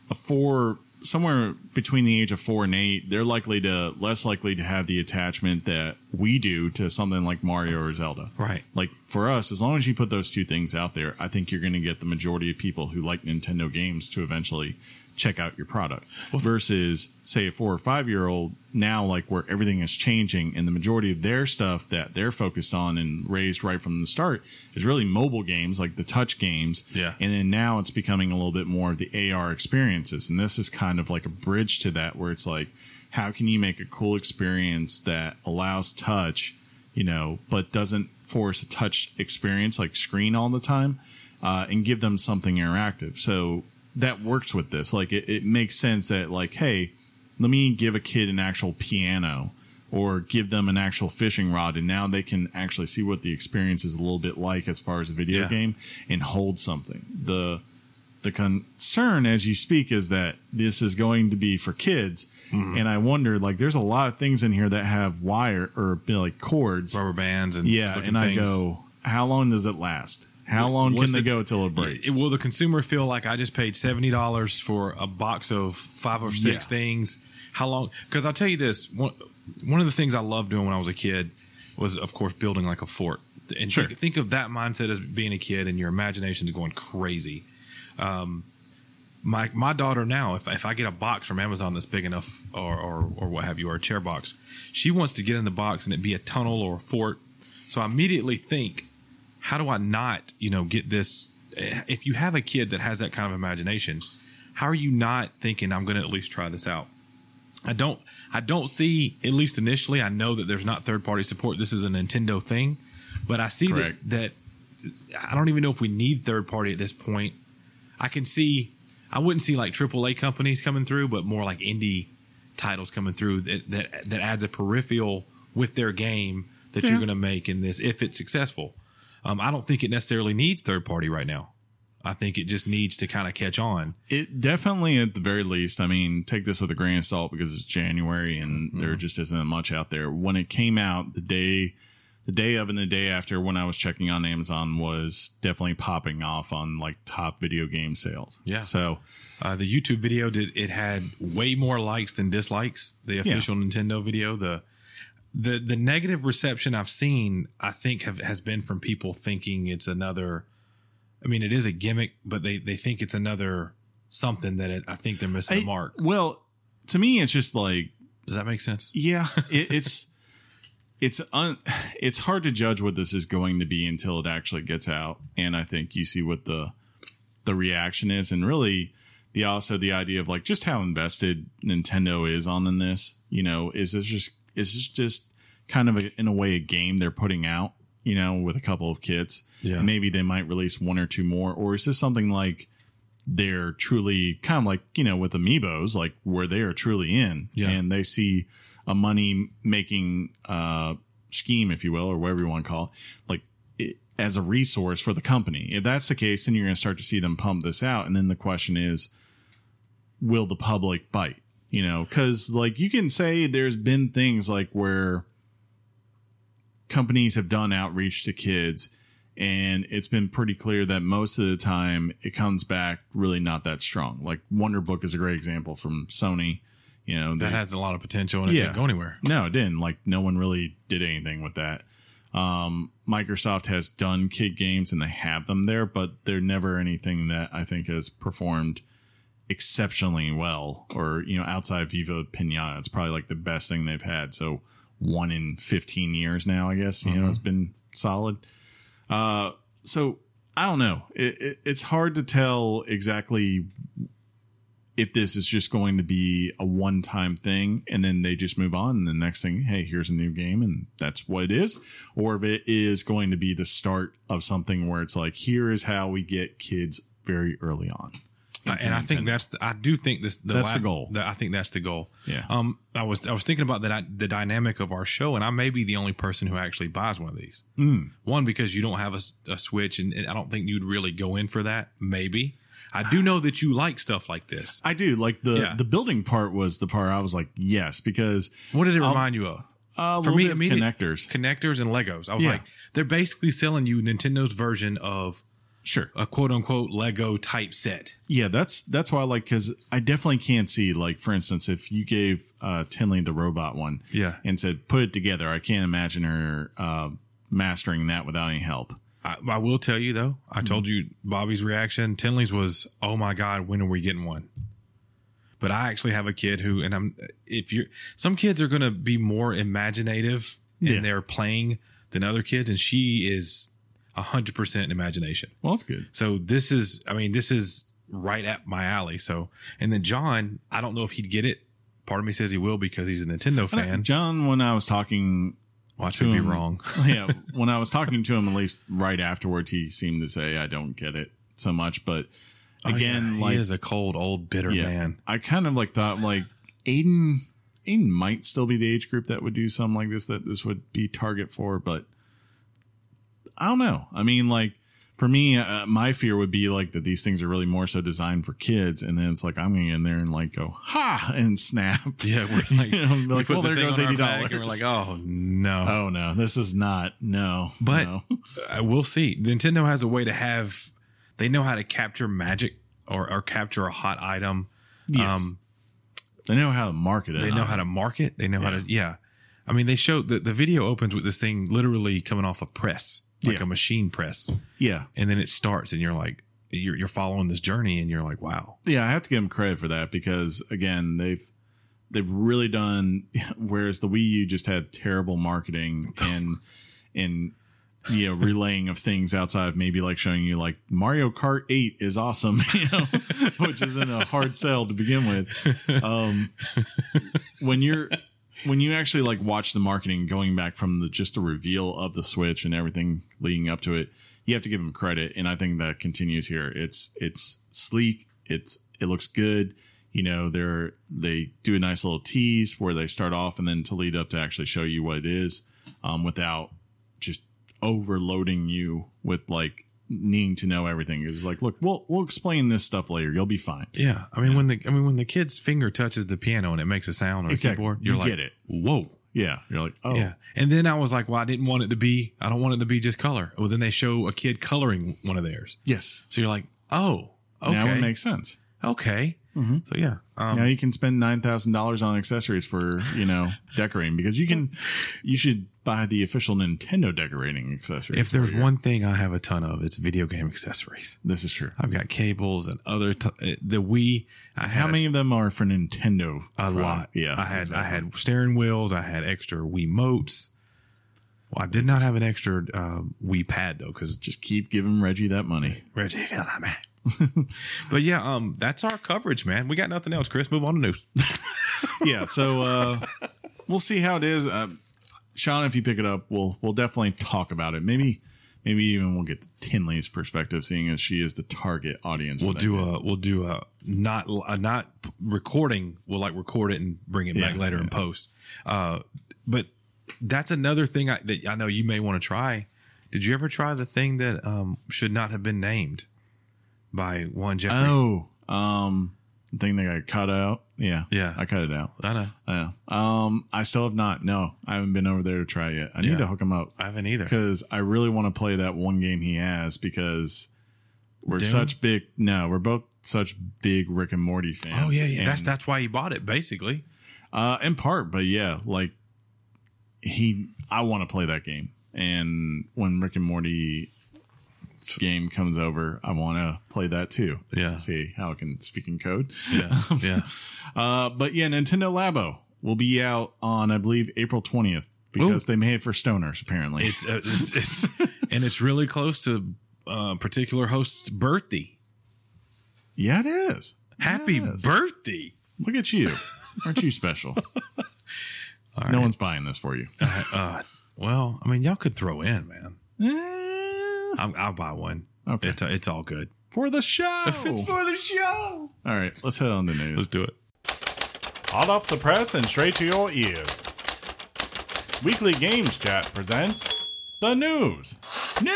a four somewhere between the age of four and eight, they're likely to less likely to have the attachment that we do to something like Mario or Zelda.
Right.
Like for us, as long as you put those two things out there, I think you're going to get the majority of people who like Nintendo games to eventually check out your product. Versus, say, a four or five year old now, like where everything is changing and the majority of their stuff that they're focused on and raised right from the start is really mobile games, like the touch games.
Yeah.
And then now it's becoming a little bit more of the AR experiences. And this is kind of like a bridge to that where it's like, how can you make a cool experience that allows touch, you know, but doesn't force a touch experience like screen all the time uh, and give them something interactive? So that works with this. Like it, it makes sense that, like, hey, let me give a kid an actual piano or give them an actual fishing rod and now they can actually see what the experience is a little bit like as far as a video
Yeah.
game and hold something the the concern as you speak is that this is going to be for kids
Mm-hmm.
and i wonder like there's a lot of things in here that have wire or you know, like cords
rubber bands and
yeah
looking
and i
things.
go how long does it last how long
What's
can they
the-
go till it breaks
It- will the consumer feel like I just paid seventy dollars for a box of five or six
Yeah.
things? How long? Because I'll tell you this one. One of the things I loved doing when I was a kid was, of course, building like a fort. And
Sure.
think, think of that mindset as being a kid, and your imagination's going crazy. Um, my my daughter now, if, if I get a box from Amazon that's big enough or, or or what have you, or a chair box, she wants to get in the box and it be a tunnel or a fort. So I immediately think, how do I not, you know, get this? If you have a kid that has that kind of imagination, how are you not thinking I'm going to at least try this out? I don't I don't see at least initially. I know that there's not third party support. This is a Nintendo thing, but I see that,
Correct.
that I don't even know if we need third party at this point. I can see I wouldn't see like AAA companies coming through, but more like indie titles coming through that that, that adds a peripheral with their game that
Yeah.
you're going to make in this if it's successful. Um, I don't think it necessarily needs third party right now. I think it just needs to kind of catch on.
It definitely, at the very least, I mean, take this with a grain of salt because it's January and
Mm-hmm.
there just isn't much out there. When it came out, the day, the day of and the day after, when I was checking on Amazon, was definitely popping off on like top video game sales.
Yeah.
So
Uh, the YouTube video did it had way more likes than dislikes. The official Nintendo video, the the the negative reception I've seen, I think have, has been from people thinking it's another. I mean, it is a gimmick, but they they think it's another something that it, I think they're missing the
I-
mark.
well, to me, it's just like
Does that make sense?
Yeah, [laughs] it, it's it's un, it's hard to judge what this is going to be until it actually gets out, and I think you see what the the reaction is, and really the also the idea of like just how invested Nintendo is on in this. You know, is this just is this just kind of a, in a way a game they're putting out? You know, with a couple of kits,
Yeah.
Maybe they might release one or two more, or is this something like? they're truly kind of like you know with amiibos like where they are truly in
Yeah.
and they see a money making uh scheme if you will or whatever you want to call it like it, as a resource for the company if that's the case then you're going to start to see them pump this out and then the question is will the public bite you know because like you can say there's been things like where companies have done outreach to kids and it's been pretty clear that most of the time it comes back really not that strong. Like Wonder Book is a great example from Sony. You know
That
they-
has a lot of potential and it
Yeah.
didn't go anywhere.
no, it didn't. Like no one really did anything with that. Um, Microsoft has done kid games and they have them there, but they're never anything that I think has performed exceptionally well. Or you know, outside of Viva Pinata, it's probably like the best thing they've had. So one in fifteen years now, I guess. You
Mm-hmm.
know, it's been solid. Uh, so I don't know. It, it, it's hard to tell exactly if this is just going to be a one time thing and then they just move on and the next thing, hey, here's a new game and that's what it is, or if it is going to be the start of something where it's like, here is how we get kids very early on.
I- Uh, and I think that's the, I do think this the
That's
la-
the goal.
that- I think that's the goal.
Yeah.
Um. I was I was thinking about the di- the dynamic of our show, and I may be the only person who actually buys one of these.
Mm.
One because you don't have a, s- a switch, and, and I don't think you'd really go in for that. Maybe I do know that you like stuff like this.
I do like the
Yeah.
the building part was the part I was like yes because
What did it remind you of?
uh, Um, a
For
little
me,
bit of
immediate-
connectors
Connectors and Legos. I was
Yeah.
like, they're basically selling you Nintendo's version of
sure
a quote unquote Lego type set.
Yeah, that's that's why I like because I definitely can't see like for instance if you gave uh, Tinley the robot one,
Yeah.
and said put it together. I can't imagine her uh, mastering that without any help.
I, I will tell you though, I
Mm-hmm.
told you Bobby's reaction. Tinley's was, "Oh my god, when are we getting one?" But I actually have a kid who, and I'm if you're some kids are going to be more imaginative
Yeah.
in their playing than other kids, and she is hundred percent imagination.
Well, that's good.
So this is, I mean, this is right at my alley. So, and then John, I don't know if he'd get it. Part of me says he will because he's a Nintendo fan.
John, when I was talking, [laughs]
Watch me be
Boom.
wrong.
yeah, when I was talking to him, at least right afterwards, he seemed to say I don't get it so much. But again,
Oh, yeah,
like
he is a cold, old, bitter
yeah,
man.
I kind of like thought like Aiden. Aiden might still be the age group that would do something like this that this would be target for, but I don't know. I mean, like for me, uh, my fear would be like that these things are really more so designed for kids, and then it's like I'm gonna get in there and like go ha and snap.
[laughs]
[laughs]
Yeah, we're like,
You know, be
we
like
put
well,
the
there
thing
goes
on our
eighty
back
dollars.
and We're like, oh no.
oh no, this is not no.
But- [laughs]
no.
Uh, we'll see. Nintendo has a way to have. They know how to capture magic or, or capture a hot item.
Yes.
Um,
they know how to market it.
they know how to market. They know how to. Uh-huh. Yeah. I mean, they showed the, the video opens with this thing literally coming off a press, like
Yeah.
a machine press,
Yeah,
and then it starts, and you're like, you're, you're following this journey, and you're like, wow.
yeah, I have to give them credit for that because again, they've they've really done. [laughs] Whereas the Wii U just had terrible marketing and and you know relaying of things outside of maybe like showing you like Mario Kart Eight is awesome, [laughs] you know, which isn't a hard sell to begin with. Um, when you're when you actually like watch the marketing going back from the just the reveal of the switch and everything leading up to it you have to give them credit and i think that continues here it's it's sleek it's it looks good you know they're they do a nice little tease where they start off and then to lead up to actually show you what it is um, without just overloading you with like needing to know everything is like look we'll we'll explain this stuff later you'll be fine
Yeah. I mean, when the I mean when the kid's finger touches the piano and it makes a sound or a
Exactly.
keyboard,
You
you're like,
get it.
whoa.
yeah you're like oh
Yeah. And then I was like, well, I didn't want it to be, I don't want it to be just color. Well, then they show a kid coloring one of theirs.
yes
So you're like, oh,
now it
okay.
makes Mm-hmm. sense
okay. So yeah. Um,
now you can spend nine thousand dollars on accessories for you
[laughs]
know decorating because you can. You should buy the official Nintendo decorating accessory.
if there's
for your-
one thing I have a ton of, it's video game accessories.
this is true.
I've got cables and other, t- uh, the Wii. I had
How
a-
many of them are for Nintendo?
A
product?
lot.
Yeah,
I had, I
exactly.
had steering wheels. I had extra Wii motes. Well, I did not have an extra uh, Wii pad though, because
Just keep giving Reggie that money.
Reggie Fils-Aimé. [laughs] but yeah, um, that's our coverage, man. We got nothing else. Chris, move on to news.
yeah. So
[laughs]
uh, we'll see how it is. Uh, Sean, if you pick it up, we'll we'll definitely talk about it. Maybe maybe even we'll get Tinley's perspective, seeing as she is the target audience.
We'll do a we'll do a not a not recording. We'll like record it and bring it back
Yeah,
later and post. Uh, but that's another thing I, that I know you may want to try. Did you ever try the thing that um, should not have been named by one Jeffrey?
Oh, um, The thing that got cut out. Yeah.
Yeah.
I cut it out.
I know.
Yeah. Um, I still have not. No, I haven't been over there to try it yet. I
Yeah.
need to hook him up
I haven't either.
because I really want to play that one game he has because we're
Doom?
such big. No, we're both such big Rick and Morty fans.
Oh yeah, yeah. that's
And,
that's why he bought it basically.
Uh, in part, but yeah, like he, I want to play that game, and when Rick and Morty game comes over, I want to play that too.
Yeah.
see how it can speak in code.
[laughs] Yeah, yeah.
Uh, but yeah, Nintendo Labo will be out on I believe April twentieth because they made it for stoners apparently.
It's, uh, it's it's and it's really close to uh, particular host's birthday.
yeah, it is.
Happy
Yes.
birthday!
Look at you. Aren't
[laughs]
you special?
All
No
right.
one's buying this for you.
Uh, well, I mean, y'all could throw in, man.
Eh,
I'm, I'll buy one.
okay.
It's uh, it's all [laughs] good.
for the show.
the show.
All right, let's head on to news.
Let's do it.
Hot off the press and straight to your ears. Weekly Games Chat presents the news.
News.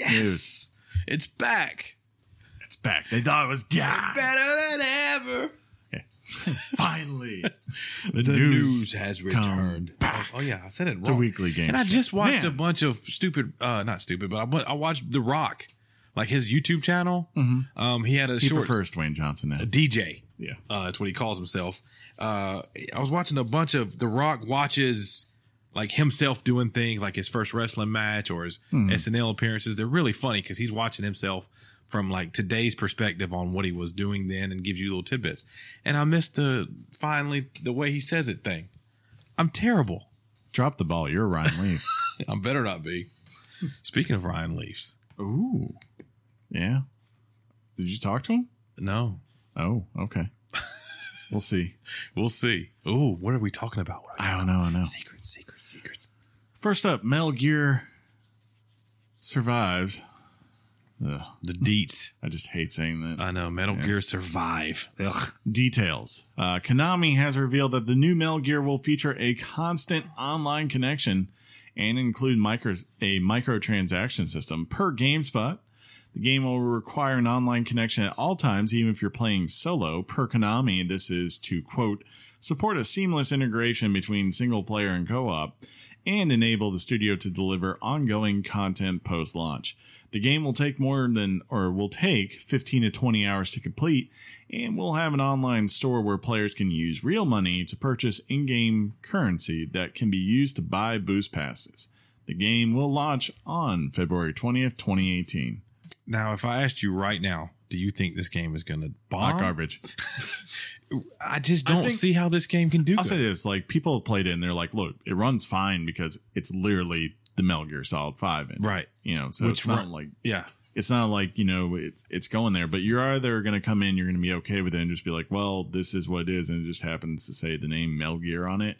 Yes,
News.
it's back.
It's back. They thought it was gone.
Better than ever.
[laughs]
Finally,
The, news, has
come
returned.
back.
Oh yeah, I said it wrong.
to weekly games.
And I just watched
Man.
a bunch of stupid, uh, not stupid, but I, wa- I watched The Rock, like his YouTube channel. Um, he had a
He
short
prefers Dwayne Johnson now.
a DJ.
Yeah.
Uh, that's what he calls himself. Uh, I was watching a bunch of The Rock watches like himself doing things like his first wrestling match or his SNL appearances. They're really funny because he's watching himself from like today's perspective on what he was doing then and gives you little tidbits. And I missed the finally the way he says it thing. I'm [laughs] terrible.
Drop the ball. You're Ryan Leaf.
I'm better not be. Speaking of Ryan Leafs,
[laughs] Ooh. Yeah. Did you talk to him?
no,
Oh, okay. [laughs] we'll see.
we'll see. Ooh, what are we talking about?
I don't know. I know.
Ah, Secrets, secrets, secrets.
First up, Metal Gear survives. Ugh,
The deets.
I just hate saying that.
I know. Metal Gear Survive. Ugh.
Details. Uh, Konami has revealed that the new Metal Gear will feature a constant online connection and include micros- a microtransaction system. Per GameSpot, the game will require an online connection at all times, even if you're playing solo. Per Konami, this is to quote, support a seamless integration between single player and co op and enable the studio to deliver ongoing content post launch. The game will take more than, or will take 15 to 20 hours to complete, and will have an online store where players can use real money to purchase in game currency that can be used to buy boost passes. The game will launch on February 20th, 2018.
Now, if I asked you right now, do you think this game is going to
Hot
bomb?
garbage.
Um, I just don't
think-
see how this game can do
I'll say
good.
this: like people have played it, and they're like, "Look, it runs fine because it's literally the Metal Gear Solid Five, and,
Right.
You know, so
Which
it's not
run-
like
Yeah.
it's not like you know it's it's going there. But you're either going to come in, you're going to be okay with it, and just be like, "Well, this is what it is," and it just happens to say the name Metal Gear on it,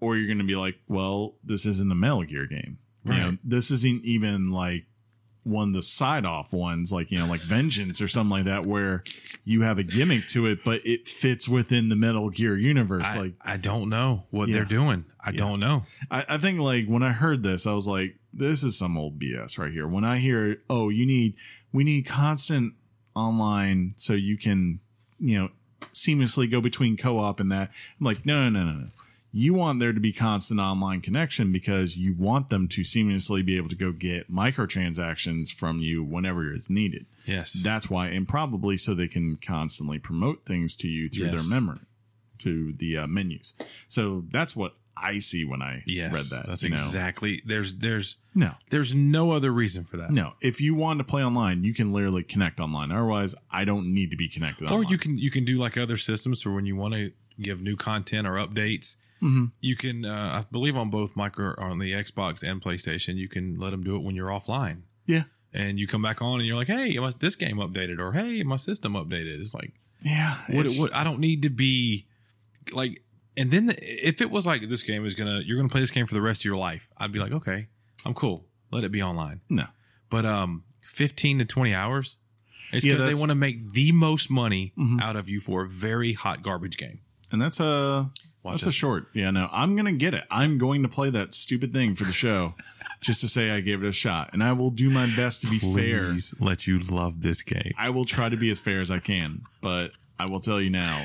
or you're going to be like, "Well, this isn't a Metal Gear game. You know,
Right.
this isn't even like." One of the side off ones, like you know, like Vengeance or something like that, where you have a gimmick to it, but it fits within the Metal Gear universe.
I,
like
I don't know what
Yeah.
they're doing. I don't know.
I, I think like when I heard this, I was like, this is some old BS right here. When I hear, oh, you need we need constant online so you can, you know, seamlessly go between co-op and that. I'm like, no, no, no, no, no. You want there to be constant online connection because you want them to seamlessly be able to go get microtransactions from you whenever it's needed.
Yes.
That's why, and probably so they can constantly promote things to you through
Yes.
their memory, to the uh, menus. So that's what I see when I
yes.
read that.
That's
you know?
exactly. There's there's
No,
there's no other reason for that.
no. If you want to play online, you can literally connect online. Otherwise, I don't need to be connected.
Or
online.
you can you can do like other systems where when you want to give new content or updates,
Mhm.
you can uh, I believe on both micro on the Xbox and PlayStation, you can let them do it when you're offline.
Yeah.
and you come back on and you're like, hey, my, this game updated, or hey, my system updated. It's like
yeah.
what,
it's-
what I don't need to be like. And then the, if it was like this game is gonna you're gonna play this game for the rest of your life, I'd be like, okay, I'm cool. Let it be online.
No.
but um, fifteen to twenty hours. It's
Yeah,
because they
that's-
want to make the most money
Mhm.
out of you for a very hot garbage game.
And that's a
Watch
That's a
us.
short. Yeah, no, I'm going to get it. I'm going to play that stupid thing for the show just to say I gave it a shot. And I will do my best to be fair.
Please let you love this game.
I will try to be as fair as I can, but I will tell you now,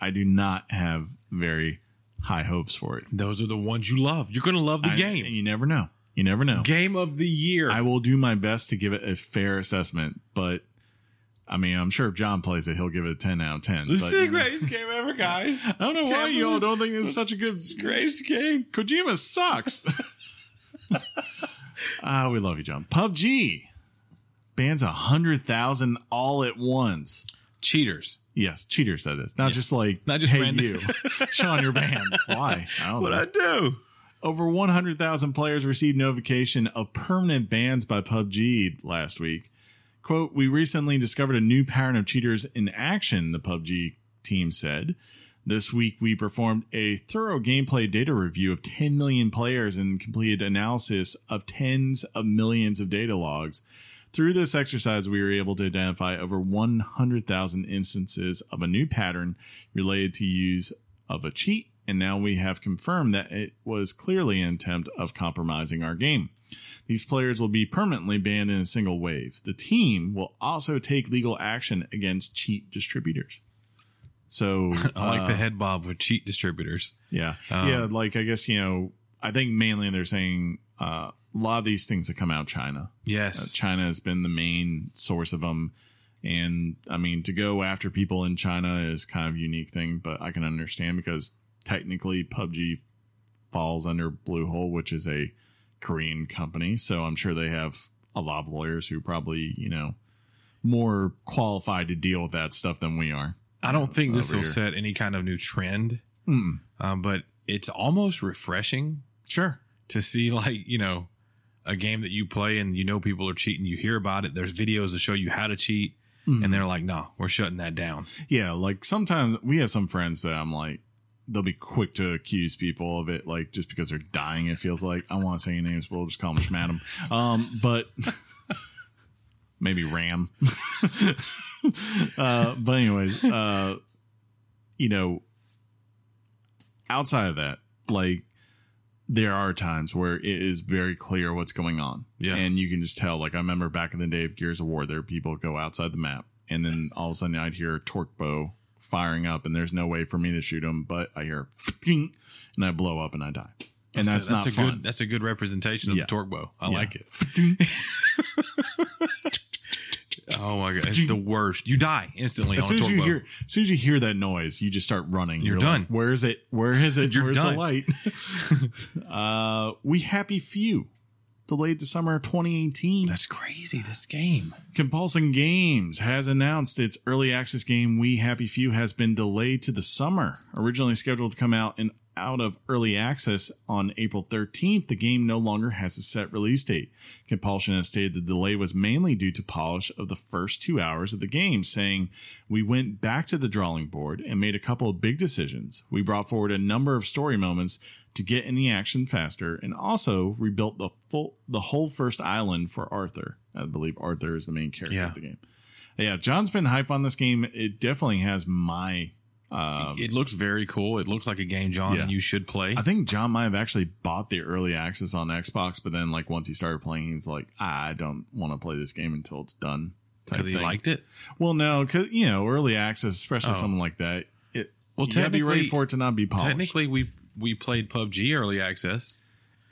I do not have very high hopes for it.
Those are the ones you love. You're gonna love the
I-
game.
And you never know. You never know.
Game of the year.
I will do my best to give it a fair assessment, but I mean, I'm sure if John plays it, he'll give it a 10 out of 10.
this
but,
is the
you know,
greatest game ever, guys.
I don't know why
Can't
you all don't
believe-
think this is such a good.
greatest game.
Kojima sucks. [laughs] Ah, we love you, John. PUBG bans a hundred thousand all at once.
[laughs] Cheaters.
Yes, cheaters. That is not just like
Not just
hey
random- [laughs]
you, Sean. You're banned. Why? I don't
What
know.
I do?
Over one hundred thousand players received notification of permanent bans by PUBG last week. Quote: We recently discovered a new pattern of cheaters in action. The PUBG team said. This week, we performed a thorough gameplay data review of 10 million players and completed analysis of tens of millions of data logs. Through this exercise, we were able to identify over 100,000 instances of a new pattern related to use of a cheat, and now we have confirmed that it was clearly an attempt of compromising our game. These players will be permanently banned in a single wave. The team will also take legal action against cheat distributors. So
[laughs] I like
uh,
the head bob with cheat distributors.
yeah.
Um,
yeah. Like, I guess, you know, I think mainly they're saying uh, a lot of these things that come out of China. Uh,
Yes.
China has been the main source of them. And I mean, to go after people in China is kind of a unique thing, but I can understand because technically PUBG falls under Bluehole, which is a Korean company. So I'm sure they have a lot of lawyers who probably, you know, more qualified to deal with that stuff than we are.
I don't think this
over
will
here.
set any kind of new trend,
Mm.
um, but it's almost refreshing
Sure.
to see, like, you know, a game that you play and you know people are cheating. You hear about it. There's videos that show you how to cheat, and they're like, "No, we're shutting that down."
Yeah, like sometimes we have some friends that I'm like, they'll be quick to accuse people of it, like just because they're dying. It feels like I want to say your names, but we'll just call them Schmadam. Um,
[laughs]
but maybe Ram. [laughs] uh, but anyways, uh, you know, outside of that, like there are times where it is very clear what's going on.
Yeah.
And you can just tell. Like I remember back in the day of Gears of War, there were people who go outside the map, and then all of a sudden I'd hear a torque bow firing up, and there's no way for me to shoot them, but I hear [laughs] and I blow up and I die. And that's, not
a
fun.
good. That's a good representation of
Yeah.
the torque bow. I
Yeah.
like it. Oh my god, it's the worst. You die instantly
As
on
soon as
a torque
you
bow.
hear, as soon as you hear that noise, you just start running.
You're
like,
done.
Where is it? Where is it?
[laughs] You're
Where's
done.
the light? uh, we happy few. Delayed to summer 2018.
that's crazy. This game.
Compulsion Games has announced its early access game We Happy Few has been delayed to the summer. Originally scheduled to come out in out of early access on April 13th, the game no longer has a set release date. Compulsion has stated the delay was mainly due to polish of the first two hours of the game, saying, We went back to the drawing board and made a couple of big decisions. We brought forward a number of story moments to get in the action faster and also rebuilt the full the whole first island for Arthur. I believe Arthur is the main character
Yeah.
of the game. Yeah, John's been hype on this game. It definitely has my uh,
it looks very cool. It looks like a game, John,
Yeah.
and you should play.
I think John might have actually bought the early access on Xbox, but then like once he started playing, he's like, I don't want to play this game until it's done. type
because he
thing.
liked it.
Well, no, because you know early access, especially
Oh.
something like that. It
Well,
you gotta be ready
technically-
for it to not be polished.
Technically, we we played PUBG early access,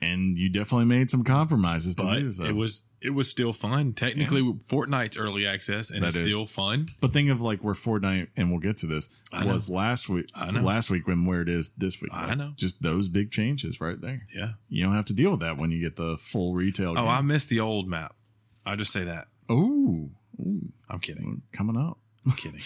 and you definitely made some compromises to
but
do so.
it was it was still fun. Technically, Fortnite's early access, and
That
it's
is.
still fun.
but think of like where Fortnite, and we'll get to this,
I know.
was last week.
I know.
Last week when where it is this week.
I
Like,
know.
Just those big changes right there.
Yeah.
You don't have to deal with that when you get the full retail.
Oh, I miss the old map. I just say that.
oh,
I'm kidding.
coming up.
[laughs] I'm kidding.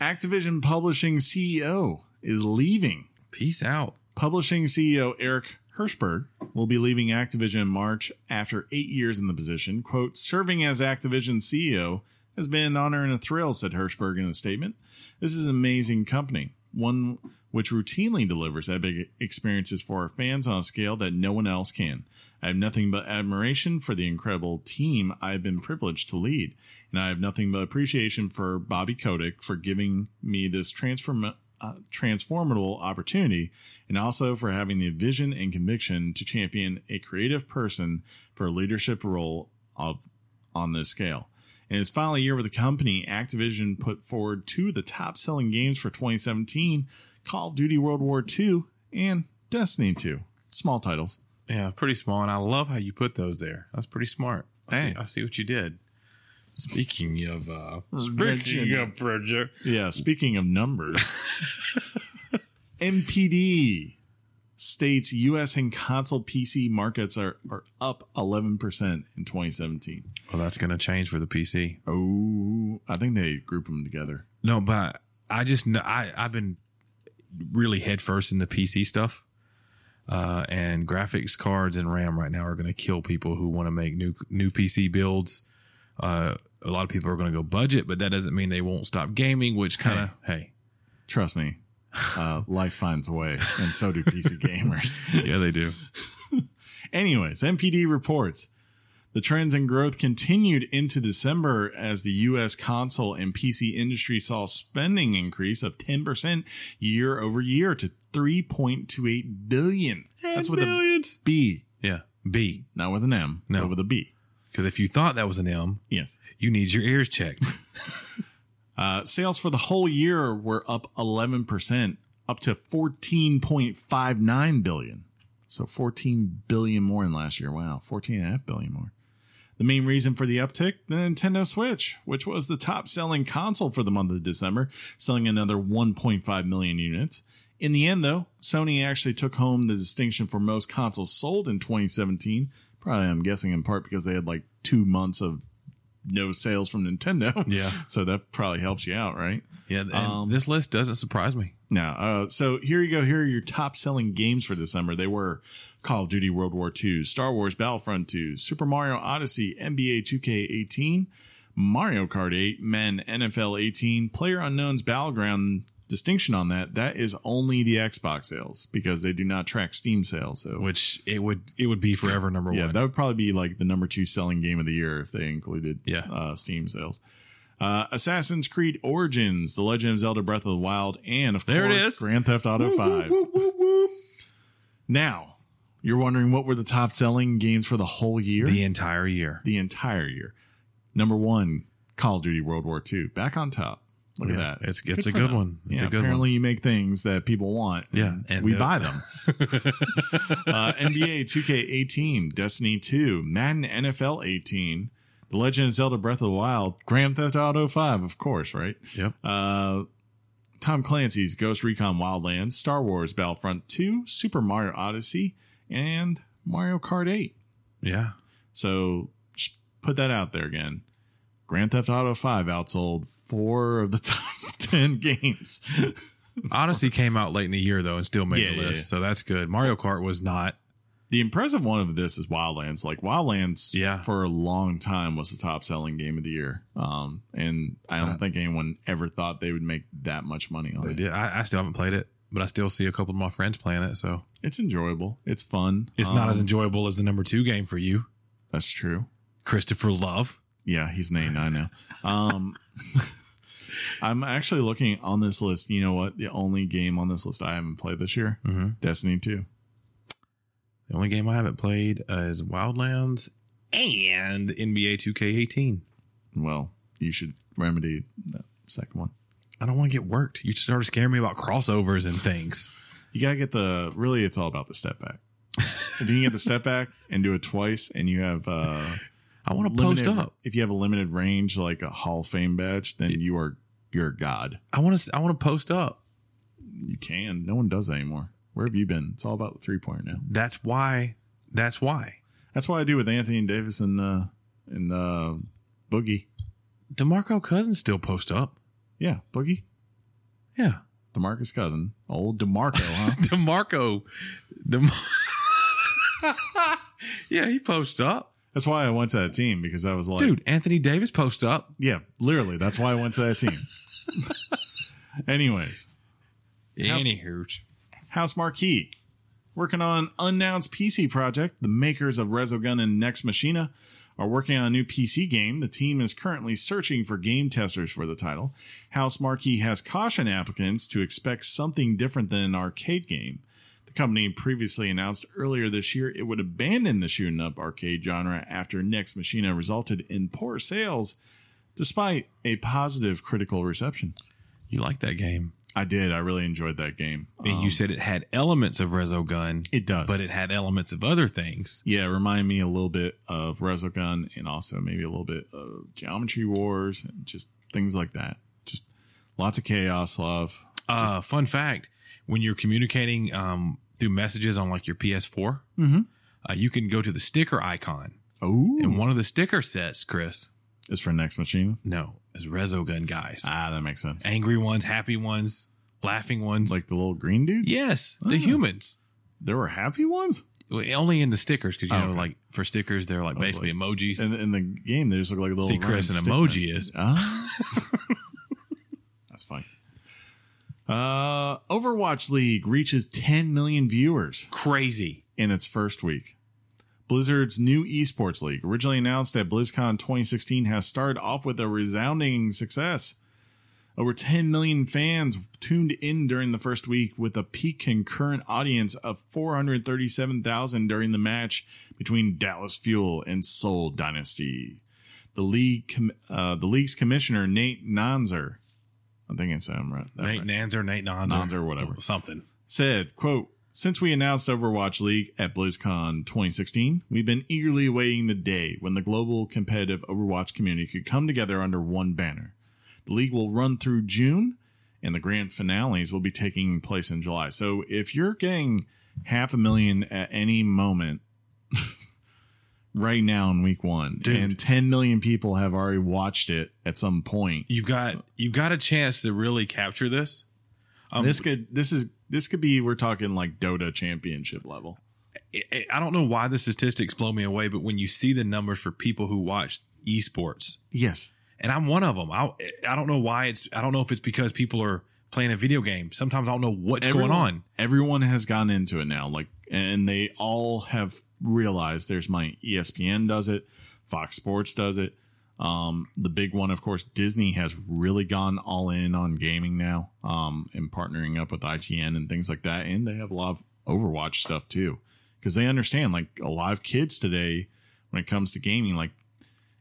Activision Publishing CEO is leaving.
Peace out.
Publishing CEO Eric Hirschberg will be leaving Activision in March after eight years in the position. Quote, serving as Activision CEO has been an honor and a thrill, said Hirschberg in a statement. This is an amazing company, one which routinely delivers epic experiences for our fans on a scale that no one else can. I have nothing but admiration for the incredible team I have been privileged to lead, and I have nothing but appreciation for Bobby Kotick for giving me this transform uh, transformable opportunity, and also for having the vision and conviction to champion a creative person for a leadership role of on this scale. In its final year with the company, Activision put forward two of the top selling games for 2017 Call of Duty World War II and Destiny 2. Small titles.
Yeah, pretty small. And I love how you put those there. That's pretty smart. I,
Hey.
see, I see what you did. Speaking of uh
Speaking
of pressure.
Yeah, speaking of numbers, MPD states US and console PC markups are, are up 11% in 2017.
Well, that's gonna change for the PC.
Oh, I think they group them together.
No, but I just kn- I I've been really headfirst in the PC stuff. Uh, and graphics cards and RAM right now are going to kill people who want to make new new PC builds. Uh, a lot of people are going to go budget, but that doesn't mean they won't stop gaming. Which kind of
[laughs]
hey,
Trust me, uh, life finds a way, and so do PC gamers.
yeah, they do.
Anyways, MPD reports the trends in growth continued into December as the U.S. console and PC industry saw spending increase of 10% year over year to 3.28 billion. That's with a
billions.
B,
Yeah, B.
not with an M,
No.
but with a B.
Because if you thought that was an M,
Yes.
you need your
[laughs]
ears checked.
Uh, sales for the whole year were up 11%, up to 14.59 billion. So 14 billion more than last year. Wow, 14.5 billion more. The main reason for the uptick, the Nintendo Switch, which was the top selling console for the month of December, selling another 1.5 million units. In the end, though, Sony actually took home the distinction for most consoles sold in 2017. Probably, I'm guessing, in part because they had like two months of no sales from Nintendo.
Yeah.
[laughs] so that probably helps you out, right?
Yeah, and
Um,
this list doesn't surprise me.
No. Uh, so here you go. Here are your top selling games for December. They were Call of Duty World War II, Star Wars Battlefront 2, Super Mario Odyssey, NBA 2K18, Mario Kart 8, Men, NFL 18, Player Unknown's Battleground. Distinction on that, that is only the Xbox sales because they do not track Steam sales. So,
Which it would it would be forever number
yeah,
one.
that would probably be like the number two selling game of the year if they included
Yeah.
uh, Steam sales. Uh, Assassin's Creed Origins, The Legend of Zelda Breath of the Wild, and of
There it
course,
is.
Grand Theft Auto 5. Now, you're wondering what were the top selling games for the whole year?
the entire year.
The entire year. Number one, Call of Duty World War II. Back on top. Look
Yeah,
at that.
it's- it's
for
a good
them.
one. It's
yeah,
a good
apparently you make things that people want.
Yeah, and
and we
they're-
buy them. [laughs] uh, NBA 2K18, Destiny 2, Madden NFL 18, The Legend of Zelda Breath of the Wild, Grand Theft Auto 5, of course, right?
Yep.
Uh, Tom Clancy's Ghost Recon Wildlands, Star Wars Battlefront 2, Super Mario Odyssey, and Mario Kart 8.
Yeah.
So just put that out there again. Grand Theft Auto 5 outsold four of the [laughs] top 10 games.
Odyssey came out late in the year though and still made
Yeah,
the
yeah,
list, so that's good. Mario Kart was not.
The impressive one of this is Wildlands. Like Wildlands,
Yeah.
for a long time was the top selling game of the year. Um, and I don't think anyone ever thought they would make that much money on
Uh, They
it.
did. I, I still haven't played it, but I still see a couple of my friends playing it. So
It's enjoyable. It's fun.
it's not
Um,
as enjoyable as the number two game for you,
that's true.
Christopher Love.
Yeah, he's an 89 now. Um, [laughs] I'm actually looking on this list. You know what? The only game on this list I haven't played this year,
Mm-hmm.
Destiny 2.
The only game I haven't played uh, is Wildlands and NBA 2K18.
Well, you should remedy that second one.
I don't want to get worked. You started scaring me about crossovers and things.
You gotta get the really. It's all about the step back. if you can get the step back and do it twice, and you have uh,
I want to post
limited,
up.
If you have a limited range, like a Hall of Fame badge, then you are you're a god.
I want to. I want to post up.
You can. No one does that anymore. Where have you been? It's all about the three pointer now.
That's why. That's why.
That's what I do with Anthony Davis and uh, and uh, Boogie.
Demarco Cousins still post up.
Yeah, Boogie,
Yeah.
Demarcus cousin, old Demarco,
[laughs]
huh?
Demarco. Dem- [laughs] yeah, he posts up.
that's why I went to that team because I was like,
Dude, Anthony Davis posts up.
yeah, literally. That's why I went to that
[laughs]
team. Anyways.
Anywho.
House Marquee. Working on unannounced PC project, the makers of Resogun and Next Machina are working on a new PC game. The team is currently searching for game testers for the title. House Marquee has cautioned applicants to expect something different than an arcade game. The company previously announced earlier this year it would abandon the shooting up arcade genre after Next Machina resulted in poor sales, despite a positive critical reception.
You like that game?
I did. I really enjoyed that game.
you said it had elements of Resogun,
it does,
but it had elements of other things.
yeah, it reminded me a little bit of Resogun and also maybe a little bit of Geometry Wars and just things like that. Just lots of chaos, love.
Uh, fun fact: when you're communicating um, through messages on like your PS4,
Mhm.
uh, you can go to the sticker icon,
Oh,
and one of the sticker sets, Chris,
is for next machine.
no, is Resogun guys,
Ah, that makes sense.
angry ones, happy ones, laughing ones,
Like the little green dudes.
yes, the
Oh.
humans.
there were happy ones.
Well, Only in the stickers, because you
Oh,
know,
okay.
like for stickers, they're like
I was
basically emojis.
In, in the game, they just look like a little.
See, Chris,
round
an
stick
emoji
man.
is-
Ah. that's fine. Uh, Overwatch League reaches 10 million viewers.
Crazy.
in its first week. Blizzard's new esports league, originally announced at BlizzCon 2016, has started off with a resounding success. Over 10 million fans tuned in during the first week with a peak concurrent audience of 437,000 during the match between Dallas Fuel and Seoul Dynasty. The league, com- uh, the league's commissioner Nate Nanzer, I think I said him right. that
Nate
right
Nanzer, Nate Nanzer,
Nanzer, whatever.
something.
said, quote, since we announced Overwatch League at BlizzCon 2016, we've been eagerly awaiting the day when the global competitive Overwatch community could come together under one banner. The league will run through June, and the grand finales will be taking place in July. So if you're getting half a million at any moment [laughs] right now in week one,
Dude.
and 10 million people have already watched it at some point,
You've got you've got a chance to really capture this. Um,
this could this is this could be we're talking like Dota championship level.
I- I- I don't know why the statistics blow me away, but when you see the numbers for people who watch esports,
Yes.
and I'm one of them. I I don't know why it's I don't know if it's because people are playing a video game. Sometimes I don't know what's going on.
Everyone has gotten into it now, like, and they all have realized there's E money. ESPN does it, Fox Sports does it. Um, the big one, of course, Disney has really gone all in on gaming now, um, and partnering up with IGN and things like that. And they have a lot of Overwatch stuff too, because they understand like a lot of kids today, when it comes to gaming, like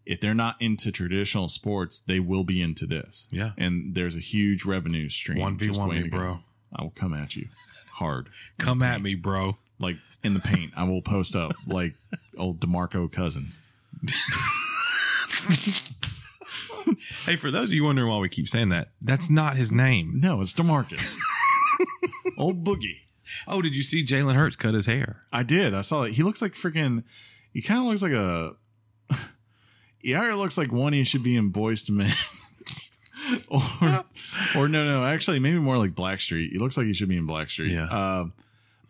if they're not into traditional sports, they will be into this.
Yeah.
and there's a huge revenue stream.
One v
just
one
waiting
me,
to go.
bro.
I will come at you hard.
Come at me, bro.
Like in the paint, I will post up like old DeMarco Cousins.
Hey, for those of you wondering why we keep saying that, that's not his name.
No, it's DeMarcus. old Boogie.
Oh, did you see Jalen Hurts cut his hair?
I did. I saw it. He looks like freaking. He kind of looks like a. [laughs] He either looks like one he should be in Boys to Men, [laughs] or or no, no, actually maybe more like Blackstreet. He looks like he should be in Blackstreet.
Yeah.
Uh,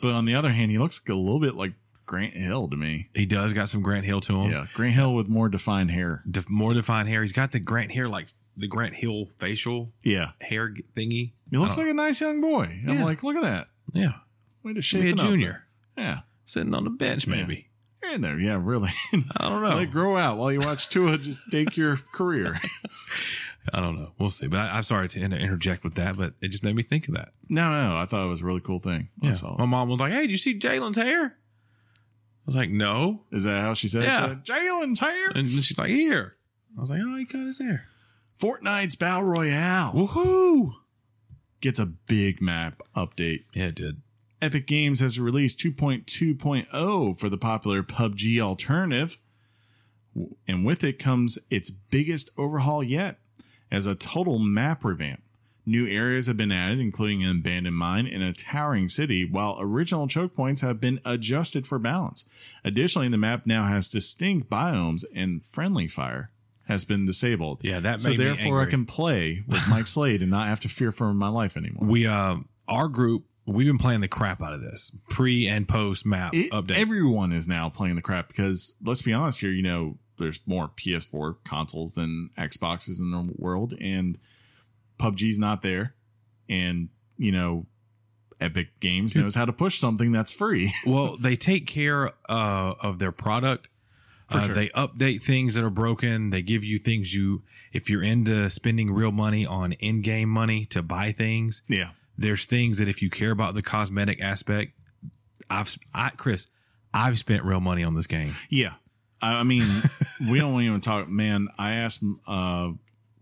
but on the other hand, he looks a little bit like Grant Hill to me.
He does got some Grant Hill to him.
Yeah, Grant Hill with more defined hair.
Def- more defined hair. He's got the Grant hair like the Grant Hill facial
Yeah,
hair g- thingy.
He looks
Oh.
like a nice young boy. I'm
Yeah.
like, look at that.
Yeah,
Way to shape
maybe a
it up.
junior
Yeah.
sitting on the bench.
Yeah.
Maybe
You're in there. Yeah, really. [laughs]
I don't
Let
know.
it grow out while you
[laughs]
watch Tua just take your career.
I don't know. We'll see. But I, I'm sorry to inter- interject with that, but it just made me think of that.
No, no. I thought it was a really cool thing. when I
Yeah.
saw it.
My mom was like, "Hey, did you see Jalen's hair?" I was like, "No,"
Is that how she said
Yeah. Uh,
it? She said, Jalen's hair.
and she's like, "Here." I was like, "Oh, he cut his hair."
Fortnite's Battle Royale
Woohoo!
gets a big map update.
Yeah, it did.
Epic Games has released 2.2.0 for the popular PUBG alternative, W- and with it comes its biggest overhaul yet as a total map revamp. New areas have been added, including an abandoned mine and a towering city, while original choke points have been adjusted for balance. Additionally, the map now has distinct biomes, and friendly fire has been disabled.
Yeah, that
so
made me
therefore I
angry.
can play with Mike Slade and not have to fear for my life anymore.
We um, our group, we've been playing the crap out of this pre and post map
it-
update.
Everyone is now playing the crap because let's be honest here. You know, there's more PS4 consoles than Xboxes in the world, and PUBG's not there. And you know, Epic Games knows how to push something that's free. [laughs]
well, they take care uh, of their product.
For
uh,
sure.
They update things that are broken. They give you things you, if you're into spending real money on in game money to buy things,
Yeah.
there's things that if you care about the cosmetic aspect, I've, sp- I, Chris, I've spent real money on this game.
Yeah. I, I mean, we don't even talk. Man, I asked uh,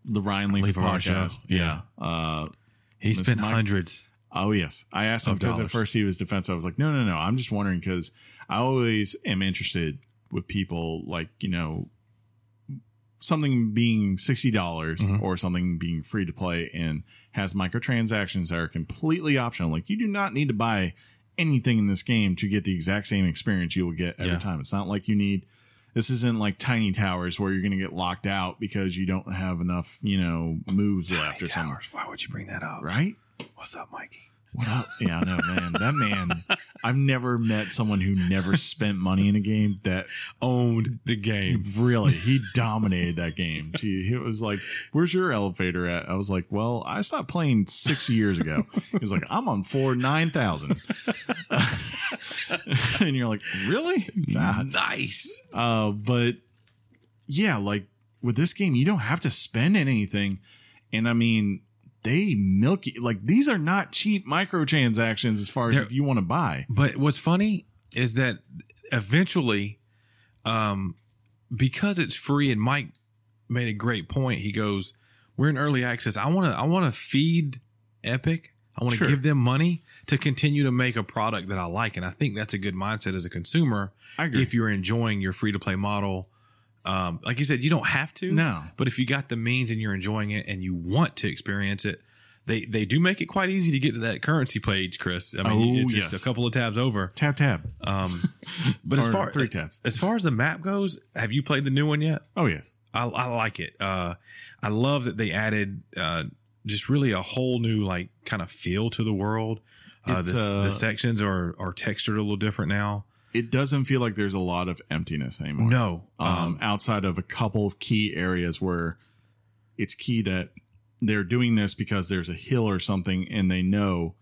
the Ryan Leaf
Lever
podcast.
Show. Yeah.
Uh,
He
Miss
spent
Mike-
hundreds.
Oh yes, I asked him
Of
because at
dollars.
first he was defensive. I was like, no, no, no. I'm just wondering because I always am interested with people like you know something being sixty dollars
Mhm.
or something being free to play and has microtransactions that are completely optional. Like you do not need to buy anything in this game to get the exact same experience you will get every
Yeah.
time. It's not like you need. This isn't like Tiny Towers where you're going to get locked out because you don't have enough, you know, moves left or something,
Why would you bring that up?
right?
What's up, Mikey?
Wow. Oh, Yeah, I know, man. That man, I've never met someone who never spent money in a game that
Owned the
he [laughs]
game.
really, he dominated that game. Gee, it was like, where's your elevator at? I was like, well, I stopped playing six years ago. He's like, I'm on floor 9,000. [laughs] and you're like, really? Nah.
Nice.
Uh, but yeah, like with this game, you don't have to spend anything. And I mean, they milk it. Like these are not cheap microtransactions as far as
They're-
if you want to buy.
But what's funny is that eventually, um, because it's free, and Mike made a great point. He goes, "We're in early access. I want to. I want to feed Epic. I want to
Sure.
give them money to continue to make a product that I like." And I think that's a good mindset as a consumer
I agree.
if you're enjoying your free to play model. Um, like you said, you don't have to.
no,
But if you got the means and you're enjoying it and you want to experience it, they they do make it quite easy to get to that currency page, Chris. I mean,
Oh,
it's
yes.
just a couple of tabs over.
tap tab.
Um,
[laughs]
but as
Or
far
three taps.
as far as the map goes, have you played the new one yet?
Oh yeah,
I, I like it. Uh, I love that they added uh, just really a whole new like kind of feel to the world. Uh,
It's,
the,
uh,
the sections are are textured a little different now.
it doesn't feel like there's a lot of emptiness anymore.
No,
um, outside of a couple of key areas where it's key that they're doing this because there's a hill or something, and they know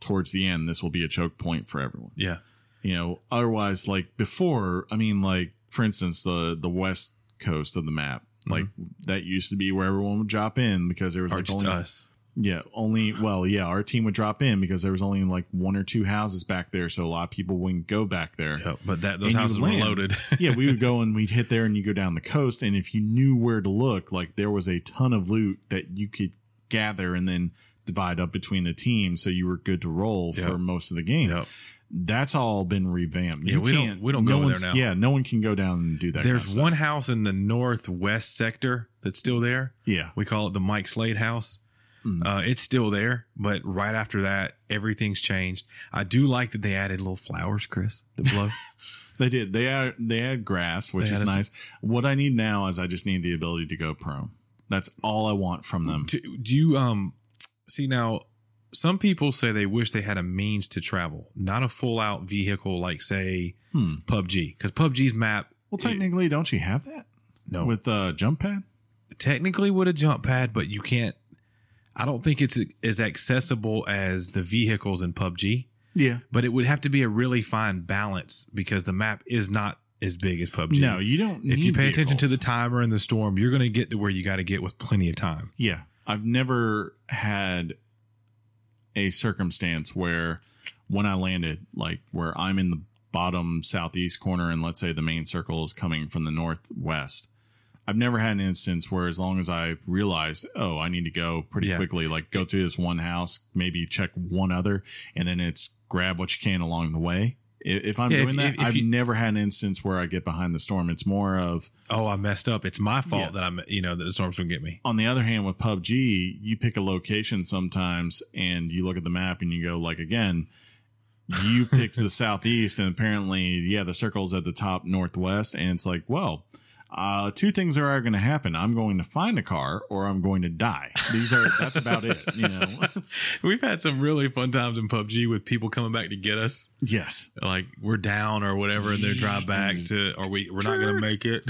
towards the end this will be a choke point for everyone.
yeah,
you know otherwise like before i mean like for instance the the west coast of the map like that used to be where everyone would drop in because there was
or
like
just
only,
us.
yeah only well yeah our team would drop in because there was only like one or two houses back there so a lot of people wouldn't go back there
Yeah, but that those
And you
houses were
land.
[laughs] loaded.
[laughs] yeah we would go and we'd hit there and you go down the coast and if you knew where to look like there was a ton of loot that you could gather and then divide up between the teams so you were good to roll
Yep.
for most of the game
Yep.
that's all been revamped.
Yeah,
You
we don't-
can't-
we don't
no
go there
one's-
now.
Yeah, no one can go down and do that. kind of
There's
stuff.
one house in the northwest sector that's still there.
Yeah,
We call it the Mike Slade House.
Mhm.
Uh, it's still there, but right after that, everything's changed. I do like that they added little flowers, Chris. The [laughs] blow.
they did. They had they had grass, which
They
is
added some-
nice. What I need now is I just need the ability to go prone. That's all I want from them.
do, do you um see now? Some people say they wish they had a means to travel, not a full out vehicle like say
Hmm.
PUBG, because PUBG's map.
Well, technically, don't you have that
no,
with uh, jump pad?
technically with a jump pad, but you can't. I don't think it's as accessible as the vehicles in PUBG.
Yeah.
but it would have to be a really fine balance because the map is not as big as PUBG.
No, you don't.
if
need
you pay attention to the
vehicles.
timer and the storm, you're going to get to where you got to get with plenty of time.
yeah, I've never had a circumstance where when I landed, like where I'm in the bottom southeast corner, and let's say the main circle is coming from the northwest. I've never had an instance where, as long as I realized, oh, I need to go pretty
Yeah.
quickly, like go through this one house, maybe check one other, and then it's grab what you can along the way. I- If I'm
Yeah, if-
doing that,
if- if
I've
you-
never had an instance where I get behind the storm. It's more of,
Oh, I messed up. It's my fault
Yeah.
that I'm, you know, that the storm's going to get me.
on the other hand, with PUBG, you pick a location sometimes and you look at the map and you go, like, again, you [laughs] picked the southeast, and apparently, yeah, the circle's at the top northwest. And it's like, well, uh, two things are going to happen. I'm going to find a car or I'm going to die. These are, that's about it, you know? [laughs]
We've had some really fun times in PUBG with people coming back to get us.
yes.
Like we're down or whatever, and they drive back to, or we we're not going to make it.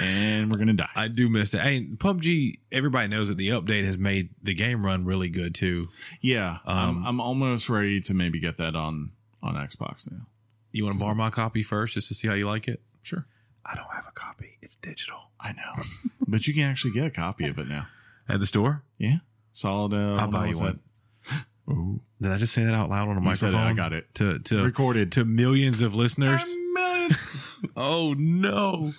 And we're going to die.
I do miss it. Hey, PUBG. Everybody knows that the update has made the game run really good too.
yeah. I'm,
Um,
I'm almost ready to maybe get that on, on Xbox now.
You want to borrow my copy first just to see how you like it?
Sure.
I don't have a copy. It's digital
I know, but you can actually get a copy of it now.
at the store.
Yeah, solid. Uh,
I'll
what
buy you
was that? Ooh,
Did I just say that out loud on a
You said it,
microphone?
I got Um, it.
To to
recorded.
to millions of listeners.
[laughs]
oh no!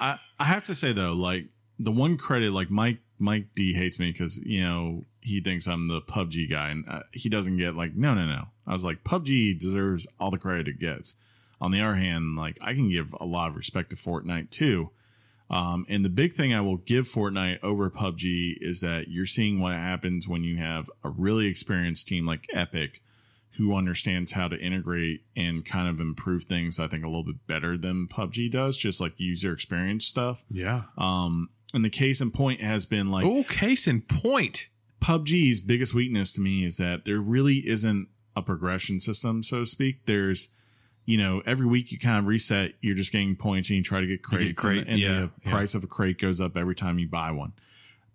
I, I have to say though, like the one credit, like Mike Mike D hates me because you know he thinks I'm the PUBG guy, and uh, he doesn't get like no no no. I was like PUBG deserves all the credit it gets. On the other hand, like I can give a lot of respect to Fortnite too. Um, and the big thing I will give Fortnite over PUBG is that you're seeing what happens when you have a really experienced team like Epic who understands how to integrate and kind of improve things, I think, a little bit better than PUBG does, just like user experience stuff.
Yeah.
Um, and the case in point has been like
oh, case in point.
PUBG's biggest weakness to me is that there really isn't a progression system, so to speak. There's, you know, every week you kind of reset, you're just getting points and you try to get crates. and
crate,
the, and
yeah,
the
yeah.
price of a crate goes up every time you buy one.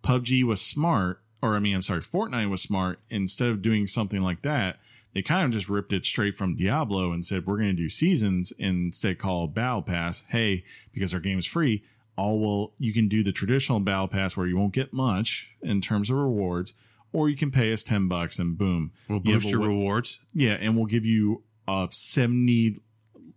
PUBG was smart, or I mean, I'm sorry, Fortnite was smart. Instead of doing something like that, they kind of just ripped it straight from Diablo and said, we're going to do seasons and instead call Battle Pass, hey, because our game's free, all will, you can do the traditional Battle Pass where you won't get much in terms of rewards, or you can pay us 10 bucks and boom.
We'll
you
boost
have a
your
wa-
rewards.
yeah, and we'll give you a 70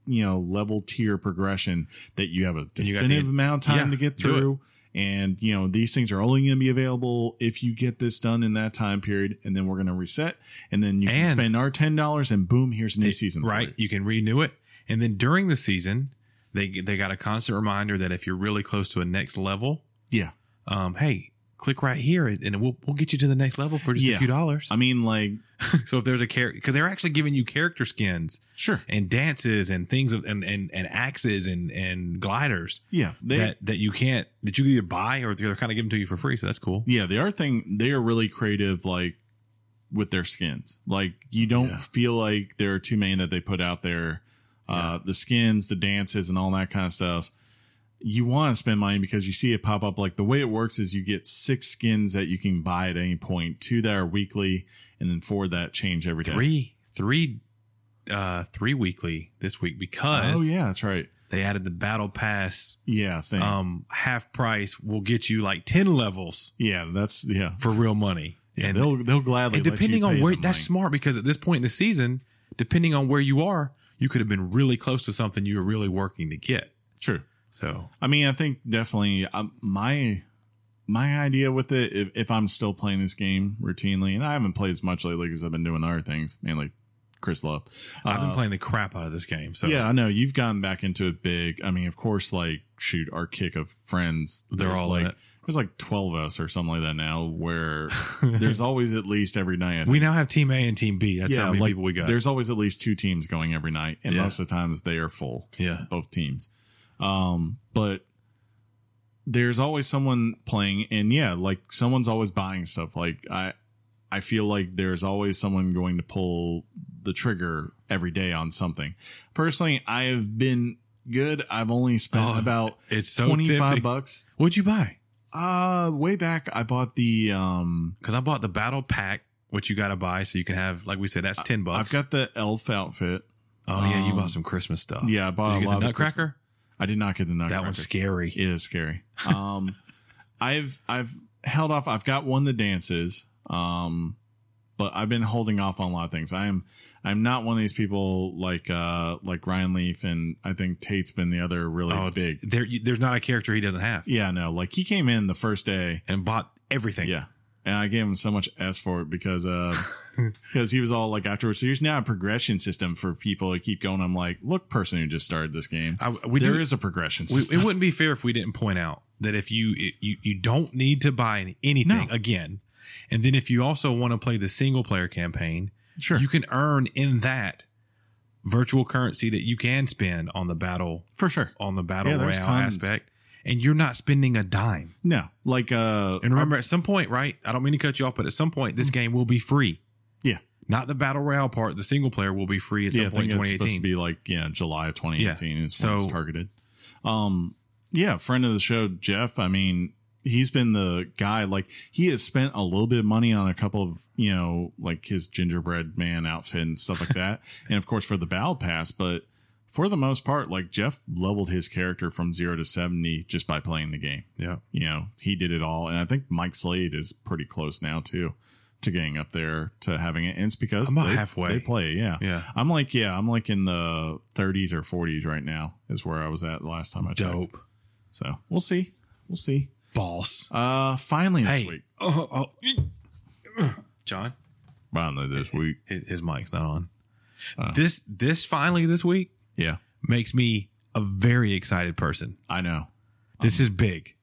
you know level tier progression that you have a
And you got
definitive
the-
amount of time
yeah,
to get
do it.
through. And you know these things are only going to be available if you get this done in that time period, and then we're going to reset, and then you
And-
can spend our ten dollars, and boom, here's a new
It-
season. for
Right.
you.
You can renew it. And then during the season, they they got a constant reminder that if you're really close to a next level,
Yeah.
um, hey, click right here and and we'll we'll get you to the next level for just a
Yeah.
few dollars.
I mean, like,
so if there's a character, because they're actually giving you character skins
sure,
and dances and things of, and, and and axes and and gliders
yeah, they,
that that you can't that you either buy or they're kind of giving to you for free. So that's cool.
Yeah, the other thing they are really creative, like with their skins. Like you don't
Yeah.
feel like there are too many that they put out there. Uh, The skins, the dances, and all that kind of stuff. You want to spend money because you see it pop up. Like the way it works is you get six skins that you can buy at any point. Two that are weekly, and then four that change every day.
Three three uh three weekly this week because
Oh yeah, that's right.
they added the battle pass
Yeah, thing.
um half price will get you like 10 levels
yeah, that's yeah.
for real money and,
they'll they'll gladly.
and
let you
depending on
pay
where
them
that's
money.
smart because at this point in the season depending on where you are you could have been really close to something you were really working to get
True.
so
I mean, I think definitely um, my my idea with it, if, if I'm still playing this game routinely, and I haven't played as much lately because I've been doing other things, mainly Chris Love.
i've been
Uh,
playing the crap out of this game so [laughs]
Yeah, I know you've gotten back into it big. I mean, of course, like shoot, our kick of friends,
They're
there's
all in
like
it.
there's like twelve of us or something like that now.
[laughs]
Where there's always at least every night. I think
we now have team a and team b that's how many
like,
people we got
There's always at least two teams going every night, and
Yeah.
most of the times they are full.
Yeah.
both teams. Um, but there's always someone playing, and yeah, like someone's always buying stuff. Like I, I feel like there's always someone going to pull the trigger every day on something. Personally, I have been good. I've only spent
Oh,
about
it's [laughs] so
25
tempting.
bucks.
what'd you buy
Uh, way back I bought the um.
because i bought the battle pack which you gotta buy so you can have like we said that's 10 bucks
I've got the elf outfit.
oh yeah you
um,
bought some christmas stuff
Yeah, I bought
Oh. did
a
you
lot
get
of
the
the
nutcracker
I did not get the nutcracker.
that one's scary
It is scary. Um, [laughs] I've I've held off. I've got one that dances. Um, but I've been holding off on a lot of things. I am I'm not one of these people like uh like Ryan Leaf and I think Tate's been the other really
oh,
big.
There, you- there's not a character he doesn't have,
yeah, no, like he came in the first day.
and bought everything.
Yeah. And I gave him so much S for it because
[laughs]
uh because he was all like afterwards. So here's now a progression system for people to keep going. I'm like, look, person who just started this game.
I,
there
we
is
do.
a progression [laughs]
we,
system.
it wouldn't be fair if we didn't point out that if you it, you you don't need to buy anything
No.
again, and then if you also want to play the single player campaign,
sure.
you can earn in that virtual currency that you can spend on the battle
for sure.
on the battle
Yeah, there's
royale
tons.
aspect, and you're not spending a dime.
No. Like uh
And remember, at some point, right? I don't mean to cut you off, but at some point, this game will be free.
Mm-hmm. Yeah.
Not the battle royale part. The single player will be free at some
yeah,
point in
I think it's supposed to
2018.
be like yeah, July of 2018 is when
So-
it's targeted. Um, yeah, friend of the show Jeff. I mean, he's been the guy. Like he has spent a little bit of money on a couple of you
[laughs]
know like his gingerbread man outfit and stuff like that, and of course for the battle pass, but. for the most part, like Jeff leveled his character from zero to 70 just by playing the game.
Yeah.
You know, he did it all. And I think Mike Slade is pretty close now, too, to getting up there to having it. And it's because
I'm about
they,
halfway.
they play. Yeah.
Yeah.
I'm like, yeah, I'm like in the 30s or 40s right now, is where I was at last time I checked.
Dope.
So we'll see. We'll see.
Boss.
Uh, finally this
hey.
week.
Oh, oh, eh. John,
Finally this week.
his, his mic's not on.
Uh.
this this finally this week
Yeah.
makes me a very excited person.
I know. Um.
This is big.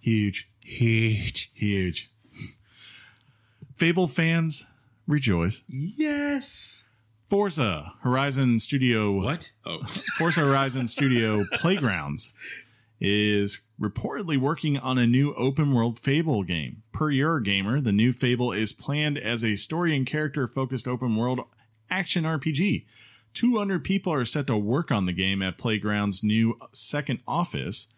Huge.
Huge.
Huge. [laughs] Fable fans rejoice.
Yes.
Forza Horizon Studio.
What? Oh.
[laughs] Forza Horizon Studio Playgrounds is reportedly working on a new open world Fable game. Per Eurogamer, the new Fable is planned as a story and character focused open world action RPG. 200 people are set to work on the game at Playground's new second office.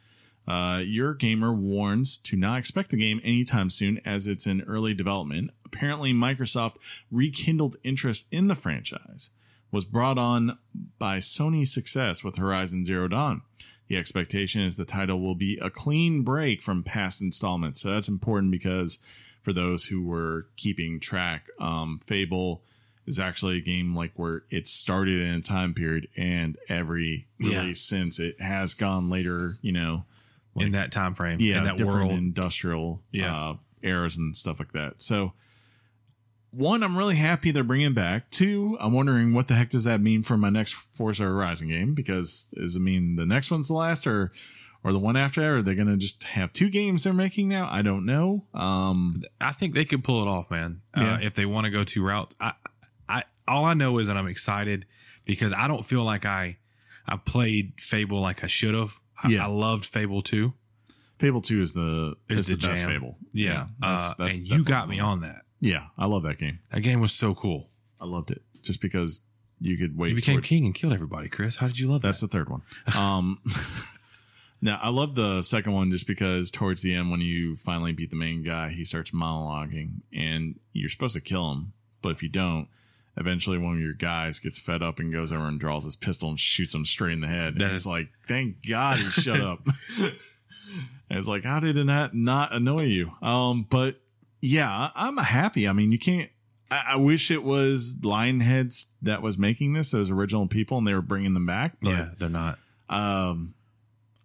Uh, your gamer warns to not expect the game anytime soon as it's in early development. Apparently, Microsoft rekindled interest in the franchise, was brought on by Sony's success with Horizon Zero Dawn. The expectation is the title will be a clean break from past installments. So that's important because for those who were keeping track, um, Fable is actually a game like where it started in a time period and every
Yeah.
release since it has gone later, you know,
in that time frame.
yeah,
In that
different
world.
industrial
Yeah.
uh, eras and stuff like that. So, one, I'm really happy they're bringing back. Two, I'm wondering what the heck does that mean for my next Forza Horizon game? Because does it mean the next one's the last, or or the one after that? Are they going to just have two games they're making now? I don't know. Um,
I think they could pull it off, man.
Yeah.
Uh, if they want to go two routes, I, I, all I know is that I'm excited because I don't feel like I, I played Fable like I should have. I,
Yeah.
I loved Fable too.
Fable Two is the is,
Is
the,
the
best
jam.
Fable.
uh, and
definitely
you got me
the one.
on that.
Yeah, I love that game.
That game was so cool.
I loved it just because you could wait.
You
for
became
it
king and killed everybody, Chris. How did you love
That's
that?
the third one. Um, [laughs] now I love the second one just because towards the end, when you finally beat the main guy, he starts monologuing, and you're supposed to kill him, but if you don't, eventually one of your guys gets fed up and goes over and draws his pistol and shoots him straight in the head.
That
and it's
is-
like, thank God he shut
[laughs]
up. [laughs] And it's like, how did that not annoy you? Um, but yeah, I- I'm happy. I mean, you can't. I, I wish it was Lionheads that was making this, those original people, and they were bringing them back. But
yeah, they're not.
um,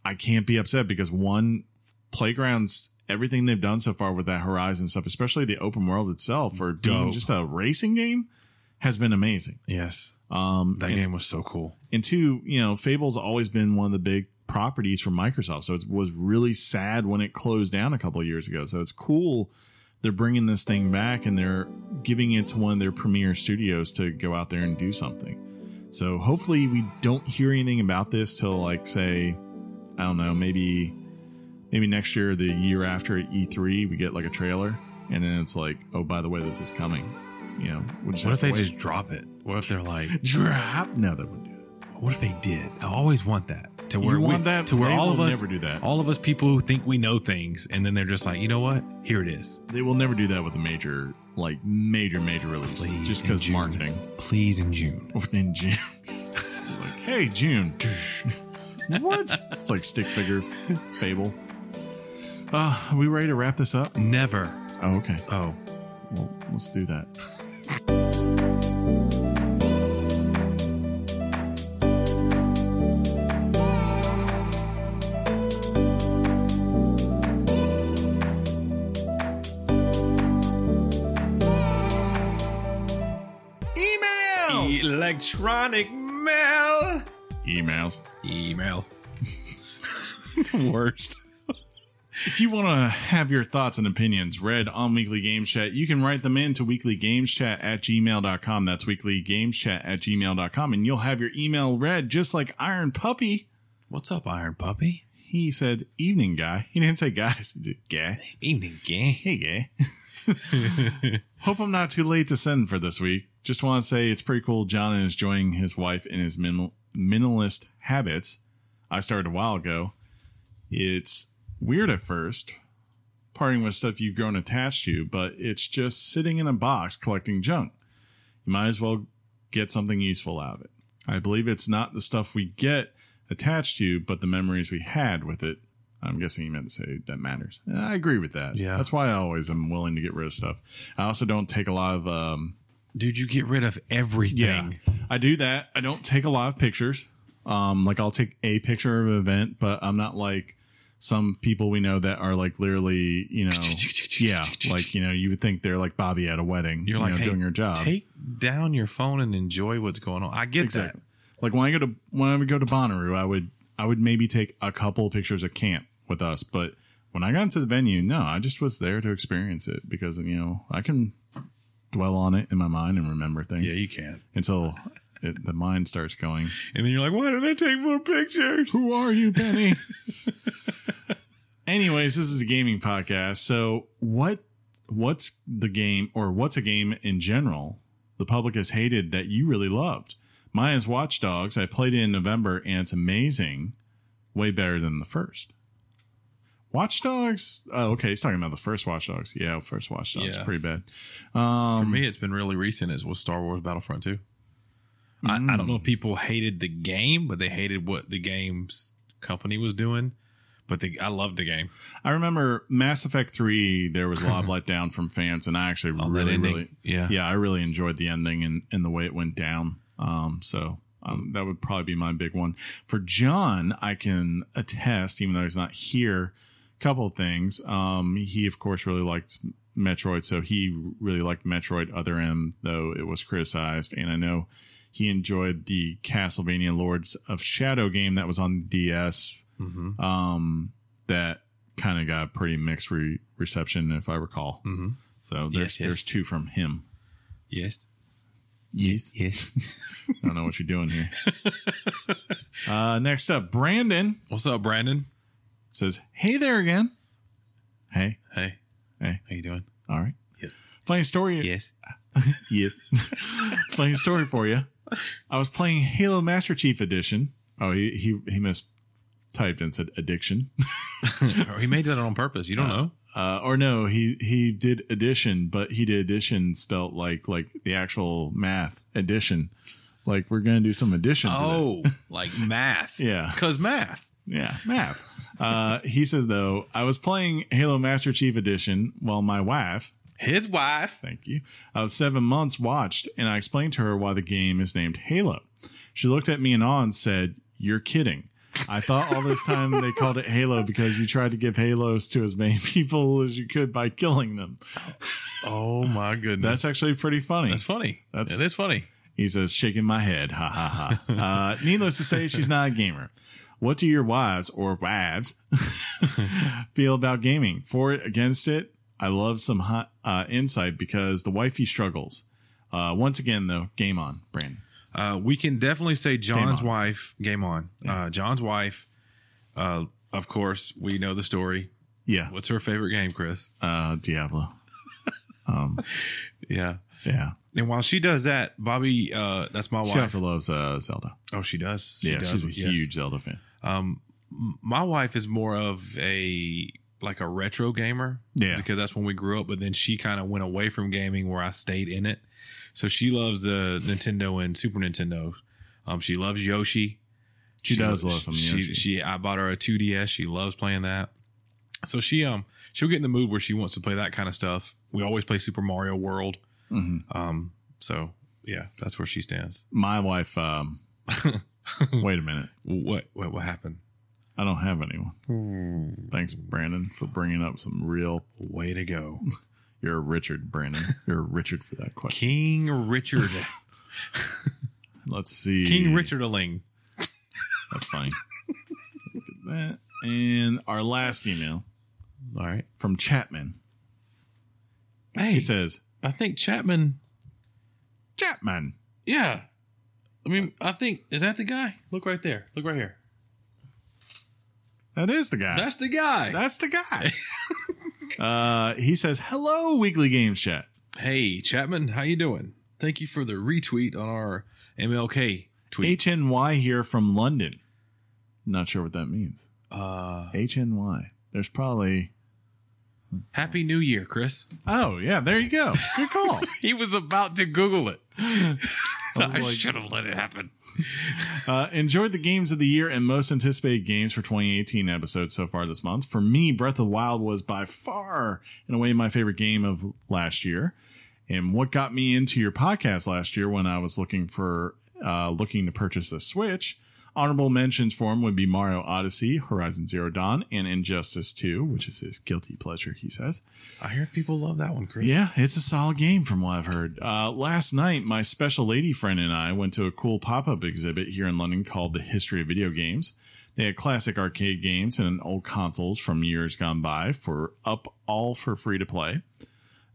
I can't be upset because one playgrounds everything they've done so far with that Horizon stuff, especially the open world itself, or being
Dope.
just a racing game, has been amazing.
Yes,
Um,
that
and,
game was so cool.
and two, you know, Fable's always been one of the big properties for Microsoft, so it was really sad when it closed down a couple of years ago. So it's cool they're bringing this thing back and they're giving it to one of their premier studios to go out there and do something. So hopefully we don't hear anything about this till like say I don't know, maybe maybe next year, or the year after at E3, we get like a trailer and then it's like, oh by the way, this is coming. You know, we'll just
What
have
if
to
they
wait.
just drop it? What if they're like,
drop? No, they wouldn't do it.
what if they did? I always want that to
You
where we-
want that?
to where
They
all of
will
us
never do that.
all of us people who think we know things, and then they're just like, you know what? Here it is.
They will never do that with a major, like major, major release,
Please,
just
in
because
June.
marketing [laughs]
Please in June.
in June. [laughs] like, hey,
[laughs]
June. what? It's like stick figure fable. Uh, are we ready to wrap this up?
Never.
Oh, okay.
Oh,
Well, let's do that. [laughs] Emails.
electronic mail.
Emails. [laughs]
Email. Worst.
If you want to have your thoughts and opinions read on Weekly Games Chat, you can write them in to weeklygameschat at gmail.com. That's weeklygameschat at gmail.com. And you'll have your email read just like Iron Puppy.
What's up, Iron Puppy?
He said, Evening, guy. He didn't say guys. He did, guy.
Evening, gang.
Hey, guy. [laughs] Hope I'm not too late to send for this week. Just want to say it's pretty cool. John is enjoying his wife in his minimal, minimalist habits. I started a while ago. It's weird at first, parting with stuff you've grown attached to, but it's just sitting in a box collecting junk. You might as well get something useful out of it. I believe it's not the stuff we get attached to, but the memories we had with it. I'm guessing he meant to say that matters. And I agree with that.
Yeah.
That's why I always am willing to get rid of stuff. I also don't take a lot of um,
Dude, you get rid of everything.
yeah, I do that. I don't take a lot of pictures. Um, like I'll take a picture of an event, but I'm not like some people we know that are like literally, you
[laughs]
know, yeah, like you know, you would think they're like Bobby at a wedding,
You're
you
like,
know,
hey,
doing your job,
Take down your phone and enjoy what's going on. I get
exactly. Like when I go to when I would go to Bonnaroo, I would I would maybe take a couple pictures of camp with us, but when I got into the venue, no, I just was there to experience it because you know I can dwell on it in my mind and remember
that.
things
Yeah, you can.
until it, the mind starts going.
And then you're like, why did I take more pictures?
Who are you, Penny? [laughs] Anyways, this is a gaming podcast. So what what's the game or what's a game in general the public has hated that you really loved? Mine is Watch Dogs. I played it in November and it's amazing. Way better than the first. Watch Dogs. Oh, okay. He's talking about the first Watch Dogs. Yeah, first Watch Dogs.
Yeah.
Pretty bad.
For
Um,
me, it's been really recent. It was Star Wars Battlefront 2. I, I
mm.
don't know if people hated the game, but they hated what the game's company was doing. But the, I loved the game.
I remember Mass Effect 3, there was a
[laughs]
lot of letdown from fans, and I actually
Oh, that
really,
ending.
really,
Yeah.
yeah, I really enjoyed the ending and, and the way it went down. Um, so um, that would probably be my big one. For John, I can attest, even though he's not here, a couple of things. Um, he, of course, really liked Metroid, so he really liked Metroid Other M, though it was criticized. And I know he enjoyed the Castlevania Lords of Shadow game that was on DS
Mm-hmm.
um, that kind of got pretty mixed re- reception, if I recall.
Mm-hmm.
So there's
Yes, yes.
there's two from him.
Yes.
Yes, yes. [laughs] I don't know what you're doing [laughs] here. uh, next up, Brandon
What's up, Brandon?
says, "Hey there again." Hey,
Hey.
Hey.
How you doing?
all right.
Yeah.
Funny story. [laughs]
Yes. [laughs]
Yes. [laughs] Funny story for you. I was playing Halo Master Chief Edition. Oh, he he he mistyped and said addiction. [laughs]
Or he made that on purpose. You don't know.
Uh, or no, he he did addition, but he did addition spelt like like the actual math addition. Like we're gonna do some addition. today.
Oh,
[laughs]
like math.
Yeah.
Because math.
yeah, math. uh, he says though, I was playing Halo Master Chief Edition while my wife,
His wife.
thank you, of seven months watched, and I explained to her why the game is named Halo. She looked at me in awe and said, "You're kidding." I thought all this time they called it Halo because you tried to give Halos to as many [laughs] people as you could by killing them.
Oh my goodness.
That's actually pretty funny.
That's funny.
That's-
That's that is funny.
He says, shaking my head. Ha ha ha. Uh, needless to say, she's not a gamer. What do your wives or wives [laughs] feel about gaming? For it, against it? I love some hot uh, insight because the wifey struggles. Uh, once again, though, game on, Brandon.
Uh, we can definitely say John's
on.
wife. Game on. Uh, John's wife. Uh, of course, we know the story.
Yeah,
What's her favorite game, Chris?
uh, Diablo. [laughs] Um,
Yeah.
yeah,
And while she does that, Bobby, uh, that's my
she
wife.
also loves uh, Zelda.
oh, she does. She
yeah,
does,
she's a
yes.
huge Zelda fan.
Um, m- my wife is more of a like a retro gamer.
Yeah.
because that's when we grew up. But then she kind of went away from gaming, where I stayed in it. So she loves the Nintendo and Super Nintendo. Um, she loves Yoshi.
She does love some
she,
Yoshi.
She, I bought her a 2DS. She loves playing that. So she, um, she'll get in the mood where she wants to play that kind of stuff. We always play Super Mario World.
Mhm.
Um, so yeah, that's where she stands.
My wife.
[laughs]
Um, wait a minute.
What, what, what happened?
I don't have anyone. Thanks, Brandon, for bringing up some real.
Way to go,
You're a Richard, Brandon. You're a Richard for that question. [laughs]
King Richard,
Let's see.
King Richardaling.
That's fine. Look at that. And our last email
All right.
from Chapman.
Hey,
He says,
I think Chapman.
Chapman.
Yeah, I mean, I think is that the guy? Look right there. Look right here.
That is the guy.
That's the guy.
That's the guy. [laughs] uh, he says, hello, Weekly Game Chat.
hey, Chapman, how you doing? Thank you for the retweet on our MLK tweet.
HNY here from London. Not sure what that means.
uh,
HNY. There's probably
Happy New Year, Chris.
Oh yeah, there you go. Good
[laughs]
call.
He was about to Google it. [laughs] I,
was like-
should have let it happen.
Uh, enjoyed the games of the year and most anticipated games for 2018 episodes so far this month. For me, Breath of the Wild was by far and away my favorite game of last year. And what got me into your podcast last year when I was looking for uh, looking to purchase a Switch, honorable mentions for him would be Mario Odyssey, Horizon Zero Dawn, and Injustice 2, which is his guilty pleasure, he says.
I hear people love that one, Chris.
Yeah, it's a solid game from what I've heard. Uh, last night, my special lady friend and I went to a cool pop up exhibit here in London called The History of Video Games. They had classic arcade games and old consoles from years gone by for up all for free to play.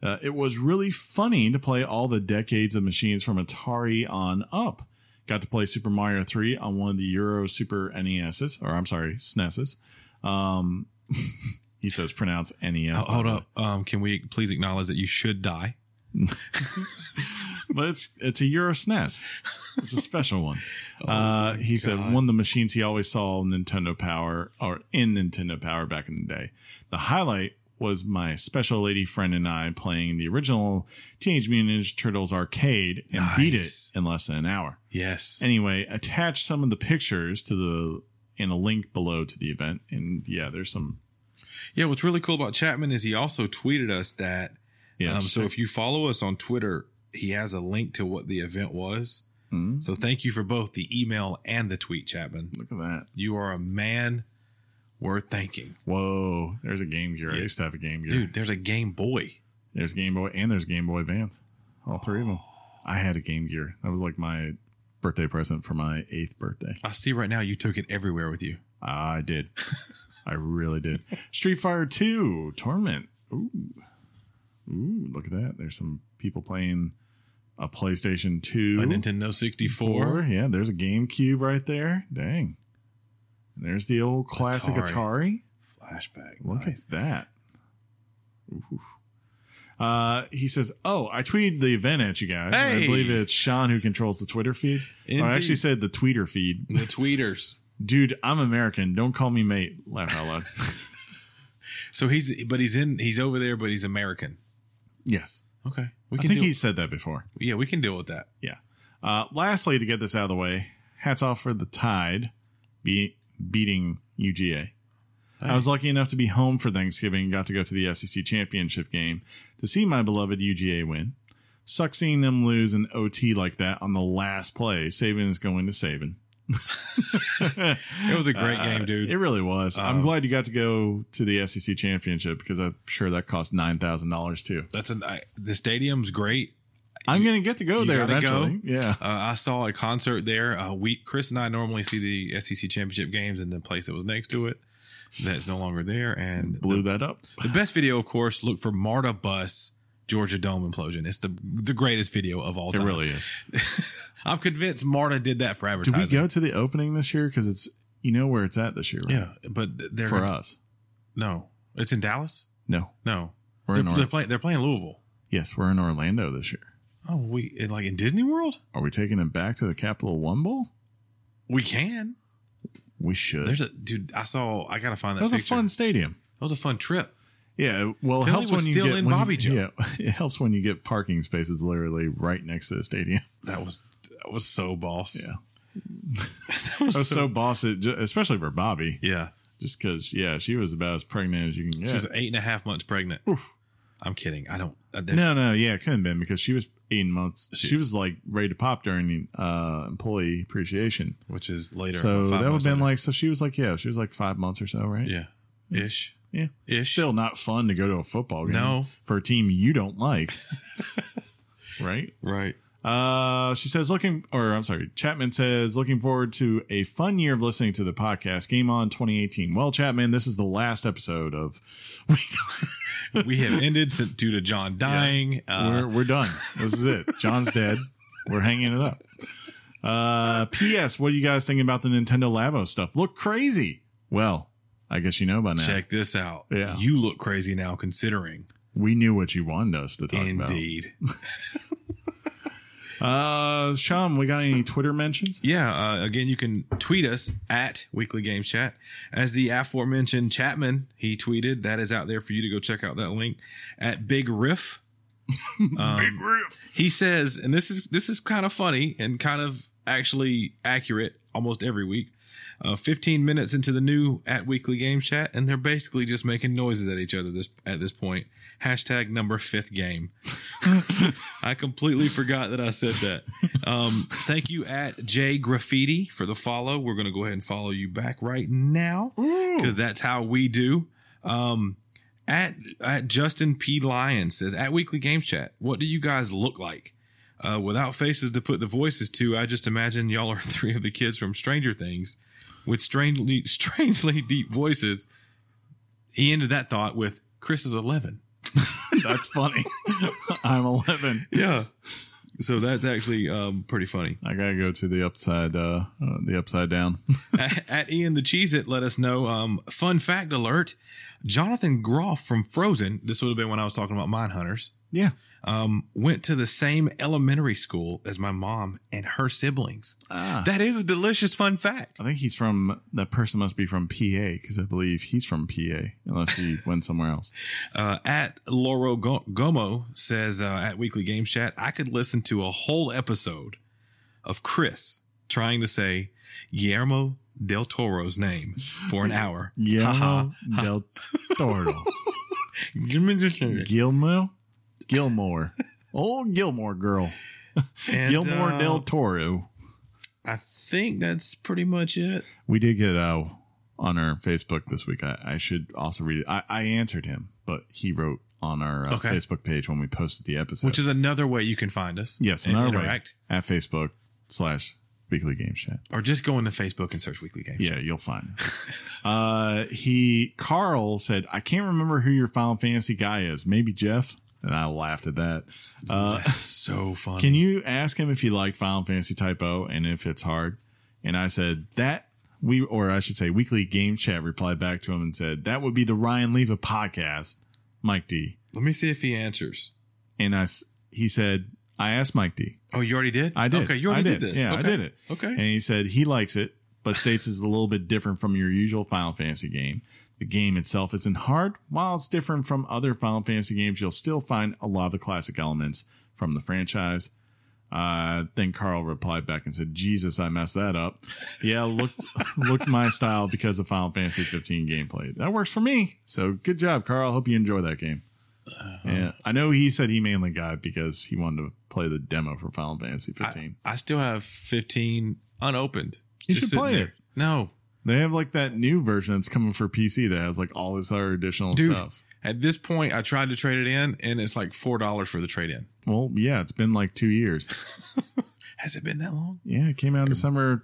Uh, it was really funny to play all the decades of machines from Atari on up. Got to play Super Mario 3 on one of the Euro Super NESs, or I'm sorry, SNESs. Um, [laughs] he says pronounce E NES.
Ho- Hold
by the way.
up. Um, can we please acknowledge that you should die?
but it's it's a Euro SNES. It's a special
[laughs]
one. uh, he said
Oh God.
one of the machines he always saw Nintendo Power or in Nintendo Power back in the day. The highlight was my special lady friend and I playing the original Teenage Mutant Ninja Turtles arcade and beat it
Nice.
in less than an hour.
Yes.
Anyway, attach some of the pictures to the in a link below to the event, and yeah, there's some.
Yeah, what's really cool about Chapman is he also tweeted us that.
Yeah,
um, so if you follow us on Twitter, he has a link to what the event was.
Mm,
So thank you for both the email and the tweet, Chapman.
look at that.
You are a man worth thanking.
Whoa, there's a Game Gear. I
Yeah.
used to have a Game Gear.
Dude, there's a Game Boy.
There's Game Boy and there's Game Boy Advance. All three of them. I had a Game Gear. That was like my birthday present for my eighth birthday.
I see right now you took it everywhere with you.
I did. I really did. Street Fighter 2 Tournament. Ooh. Ooh, look at that. There's some people playing a PlayStation 2.
A Nintendo 64.
Yeah, there's a GameCube right there. Dang. And there's the old classic Atari.
Atari. Flashback.
Look
Nice.
at that. Ooh. Uh, he says, "Oh, I tweeted the event at you guys. I
Hey!
believe it's Sean who controls the Twitter feed. Or I actually
Indeed.
said the Twitter feed.
The tweeters.
Dude, I'm American. Don't call me mate. Laugh out
[laughs]
loud.
So he's but he's in he's over there, but he's American.
yes,
Okay. We
I
can
think
deal,
he said that before.
Yeah, we can deal with that.
Yeah. Uh, lastly, to get this out of the way, hats off for the Tide be- beating UGA. I was lucky enough to be home for Thanksgiving and got to go to the SEC championship game to see my beloved UGA win. Sucks seeing them lose an OT like that on the last play. Saban is going to Saban.
It was a [laughs] great
Uh,
game, dude. Um,
It really was. I'm glad you got to go to the SEC championship because I'm sure that cost nine thousand dollars too.
That's an I, the stadium's great.
I'm going to get to go
you
there
gotta go.
eventually. Yeah.
Uh, I saw a concert there. Uh, we Chris and I normally see the SEC championship games in the place that was next to it. That's no longer there. And
Blew that up.
the best video, of course, look for Marta Bus Georgia Dome implosion. It's the the greatest video of all
It
time.
really is.
I'm convinced Marta did that for
Did
advertising.
we go to the opening this year? Because it's you know where it's at this year, right?
Yeah, but they're
For us,
no. It's in Dallas.
no,
No,
we're
they're,
in. Or-
they're playing. They're playing Louisville.
yes, we're in Orlando this year.
Oh, we in, like in Disney World.
Are we taking him back to the Capital One Bowl?
We can.
We should.
There's a dude. I saw. I gotta find that.
that was a
picture.
fun stadium.
That was a fun trip.
Yeah, well, it
Tilly
helps
was
when you
still
get
in
when you-
Bobby Joe.
Yeah, [laughs] it helps when you get parking spaces literally right next to the stadium.
That was that was so boss.
Yeah,
[laughs] that was
I was
[laughs] so.
so boss, it, ju- especially for Bobby,
Yeah,
just because yeah, she was about as pregnant as you can get.
she was eight and a half months pregnant. I'm kidding. I don't. Uh, there's-
no, no, yeah, it couldn't have been because she was eight months. She,
She-
was like ready to pop during uh, employee appreciation.
which is later.
So
five
that would have
months
been
later.
like, so she was like, yeah, she was like five months or so, right?
yeah, ish,
Yeah.
ish.
Still not fun to go to a football game
No.
for a team you don't
[laughs]
like. right?
right.
Uh, she says, looking, or I'm sorry, Chapman says, looking forward to a fun year of listening to the podcast. Game on 2018. Well, Chapman, this is the last episode of.
we have ended since, due to John dying. Uh,
we're, we're done. This is it. John's dead. We're hanging it up. Uh, P.S. What are you guys thinking about the Nintendo Labo stuff? Look crazy. Well, I guess you know by now.
check this out.
Yeah.
you look crazy now, considering.
We knew what you wanted us to talk about.
Indeed.
Uh, Sham, we got any Twitter mentions?
Yeah. Uh, again, you can tweet us at Weekly Game Chat. As the aforementioned Chapman, he tweeted that is out there for you to go check out that link at Big Riff. Um,
riff.
he says, and this is this is kind of funny and kind of actually accurate almost every week. Uh, 15 minutes into the new at Weekly Game Chat, and they're basically just making noises at each other this at this point. Hashtag number fifth game. [laughs] I completely forgot that I said that. Um, thank you at J Graffiti for the follow. We're going to go ahead and follow you back right now because that's how we do. Um, at at Justin P Lyons says at Weekly Games Chat, what do you guys look like? Uh, without faces to put the voices to, I just imagine y'all are [laughs] three of the kids from Stranger Things with strangely [laughs] strangely deep voices. He ended that thought with Chris is eleven.
[laughs] That's funny. [laughs] I'm 11.
Yeah. [laughs] So that's actually um, pretty funny.
I gotta go to the upside, uh, uh the upside down. [laughs]
at, at Ian the Cheese It let us know. Um, fun fact alert: Jonathan Groff from Frozen. This would have been when I was talking about Mine Hunters.
Yeah.
Um, went to the same elementary school as my mom and her siblings.
Ah.
That is a delicious fun fact.
I think he's from that person must be from PA because I believe he's from PA unless
[laughs]
he went somewhere else.
Uh, at Loro Go- Gomo says uh, at Weekly Game Chat, I could listen to a whole episode of Chris trying to say Guillermo del Toro's name for
[laughs]
an hour.
Guillermo del Toro.
[laughs]
Gilmo? Gilmore. Old Gilmore girl.
And,
Gilmore
uh,
del Toro.
I think that's pretty much it.
We did get uh, on our Facebook this week. I, I should also read it. I, I answered him, but he wrote on our uh,
Okay.
Facebook page when we posted the episode.
Which is another way you can find us.
yes,
and
another
interact.
way at Facebook slash Weekly Game Chat.
Or just go into Facebook and search Weekly Game.
Yeah, you'll find
[laughs]
it. uh, he Carl said, "I can't remember who your Final Fantasy guy is. Maybe Jeff." And I laughed at that. Uh,
That's so funny.
can you ask him if he liked Final Fantasy Typo and if it's hard? And I said that we, or I should say, Weekly Game Chat replied back to him and said that would be the Ryan Leva podcast, Mike D.
Let me see if he answers.
And I, s- he said, I asked Mike D.
Oh, you already did?
I did.
Okay, you already
I
did. this.
Yeah,
okay.
I did it.
Okay.
And he said he likes it, but states it's a little bit different from your usual Final Fantasy game. The game itself isn't hard. While it's different from other Final Fantasy games, you'll still find a lot of the classic elements from the franchise. Uh, then Carl replied back and said, "Jesus, I messed that up. Yeah, looked [laughs] looked my style because of Final Fantasy 15 gameplay. That works for me. So good job, Carl. Hope you enjoy that game. Yeah, I know he said he mainly got it because he wanted to play the demo for Final Fantasy 15.
I, I still have 15 unopened.
You
Just
should
sitting
play
there.
it.
No.
They have like that new version that's coming for PC that has like all this other additional
Dude.
stuff.
At this point, I tried to trade it in, and it's like $4 for the trade in.
Well, yeah, it's been like two years.
Has it been that long?
Yeah, it came out in December.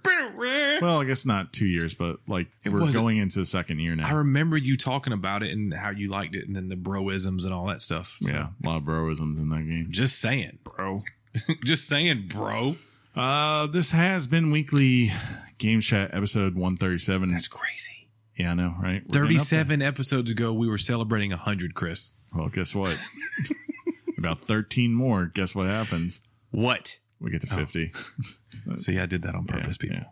Well, I guess not two years, but like
It
we're
wasn't-
going into the second year
I
now.
remember you talking about it and how you liked it, and then the broisms and all that stuff. So,
yeah, a lot of broisms in that game.
Just saying,
Bro.
[laughs] just saying, bro.
Uh, this has been weekly game chat episode 137.
crazy.
yeah, I know, right? We're getting up there.
37 episodes ago, we were celebrating 100, Chris.
Well, guess
[laughs]
what? About 13 more. Guess what happens?
What? Oh.
We get to 50.
See, I did that on purpose, people.
yeah.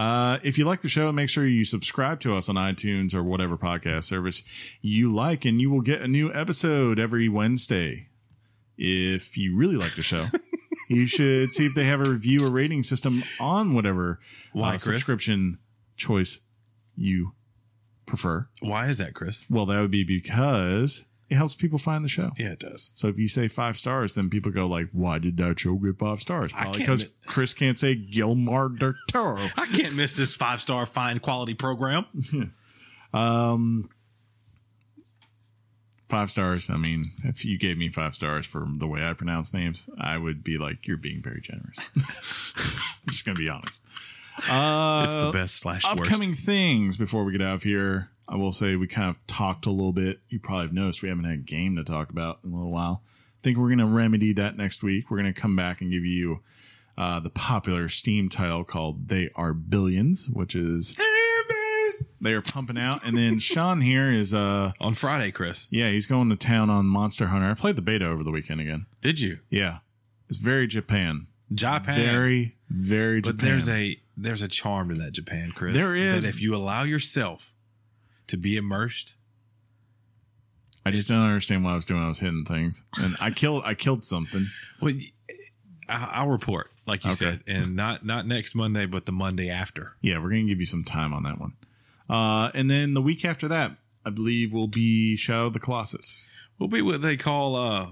Uh, if you like the show, make sure you subscribe to us on iTunes or whatever podcast service you like, and you will get a new episode every Wednesday. If you really like the
[laughs]
show, you should see if they have a review or rating system on whatever uh,
Why, Chris?
subscription choice you prefer.
Why is that, Chris?
Well, that would be because it helps people find the show.
Yeah, it does.
So if you say five stars, then people go like, "Why did that show get five stars?" Probably
can't
because Chris can't say Gilmar del
[laughs]
Toro.
I can't miss this five star fine quality program.
Um, five stars. I mean, if you gave me five stars for the way I pronounce names, I would be like, "You're being very generous." [laughs] I'm just gonna be honest. Uh,
It's the best slash
upcoming things before we get out of here. I will say we kind of talked a little bit. You probably have noticed we haven't had a game to talk about in a little while. I think we're going to remedy that next week. We're going to come back and give you uh, the popular Steam title called They Are Billions, which is
worst.
they are pumping out. And then Sean here is, uh,
On Friday, Chris.
yeah, he's going to town on Monster Hunter. I played the beta over the weekend again.
Did you?
Yeah. It's very Japan.
Japan.
Very, very
but
Japan.
there's a there's a charm to that Japan, Chris.
There is.
That if you allow yourself to be immersed,
I just don't understand what I was doing. I was hitting things, and I killed. I killed something.
well, y- I- I'll report like you
Okay.
said,
[laughs]
and not not next Monday, but the Monday after.
Yeah, we're gonna give you some time on that one. Uh, and then the week after that, I believe will be Shadow of the Colossus.
We'll be what they call uh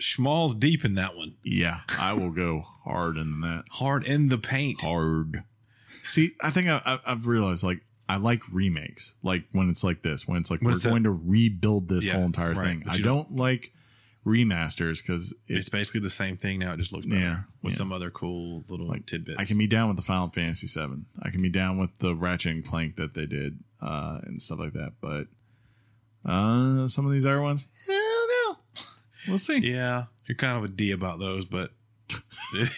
schmalls deep in that one,
Yeah, I will go hard in that.
hard in the paint.
Hard. See, I think I, I, I've realized like I like remakes, like when it's like this, when it's like
When
we're
it's a-
going to rebuild this
Yeah,
whole entire
right,
thing.
but
I
you
don't like remasters because
It's
it's
basically the same thing now. It just looks better
yeah
with
yeah.
some other cool little
Like,
tidbits.
I can be down with the Final Fantasy VII. I can be down with the Ratchet and Clank that they did uh, and stuff like that. But uh, some of these other ones, hell no. We'll see.
yeah, you're kind of a D about those, but [laughs] it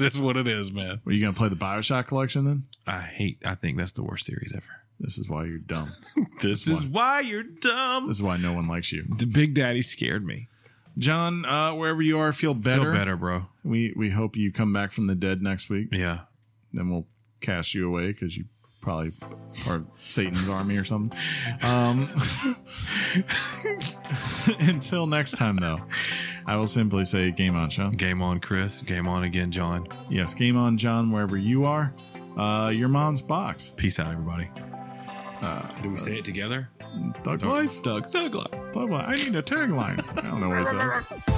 is what it is, man.
Are you going to play the Bioshock collection then?
I hate. I think that's the worst series ever.
This is why you're dumb.
[laughs] This
is
is why you're dumb.
this is why no one likes you.
The Big Daddy scared me.
John, uh, wherever you are, feel better.
Feel better, bro.
We, we hope you come back from the dead next week.
Yeah.
Then we'll cast you away because you probably are Satan's army or something. [laughs] Um, until next time, though, I will simply say game on, Sean.
[laughs] Game on, Chris. Game on again, John.
Yes, game on, John, wherever you are. Uh, your mom's box.
Peace out, everybody. Uh, Do we say it together?
Thug life.
Doug. Doug.
Thug life. I need a tagline. I don't know what he says.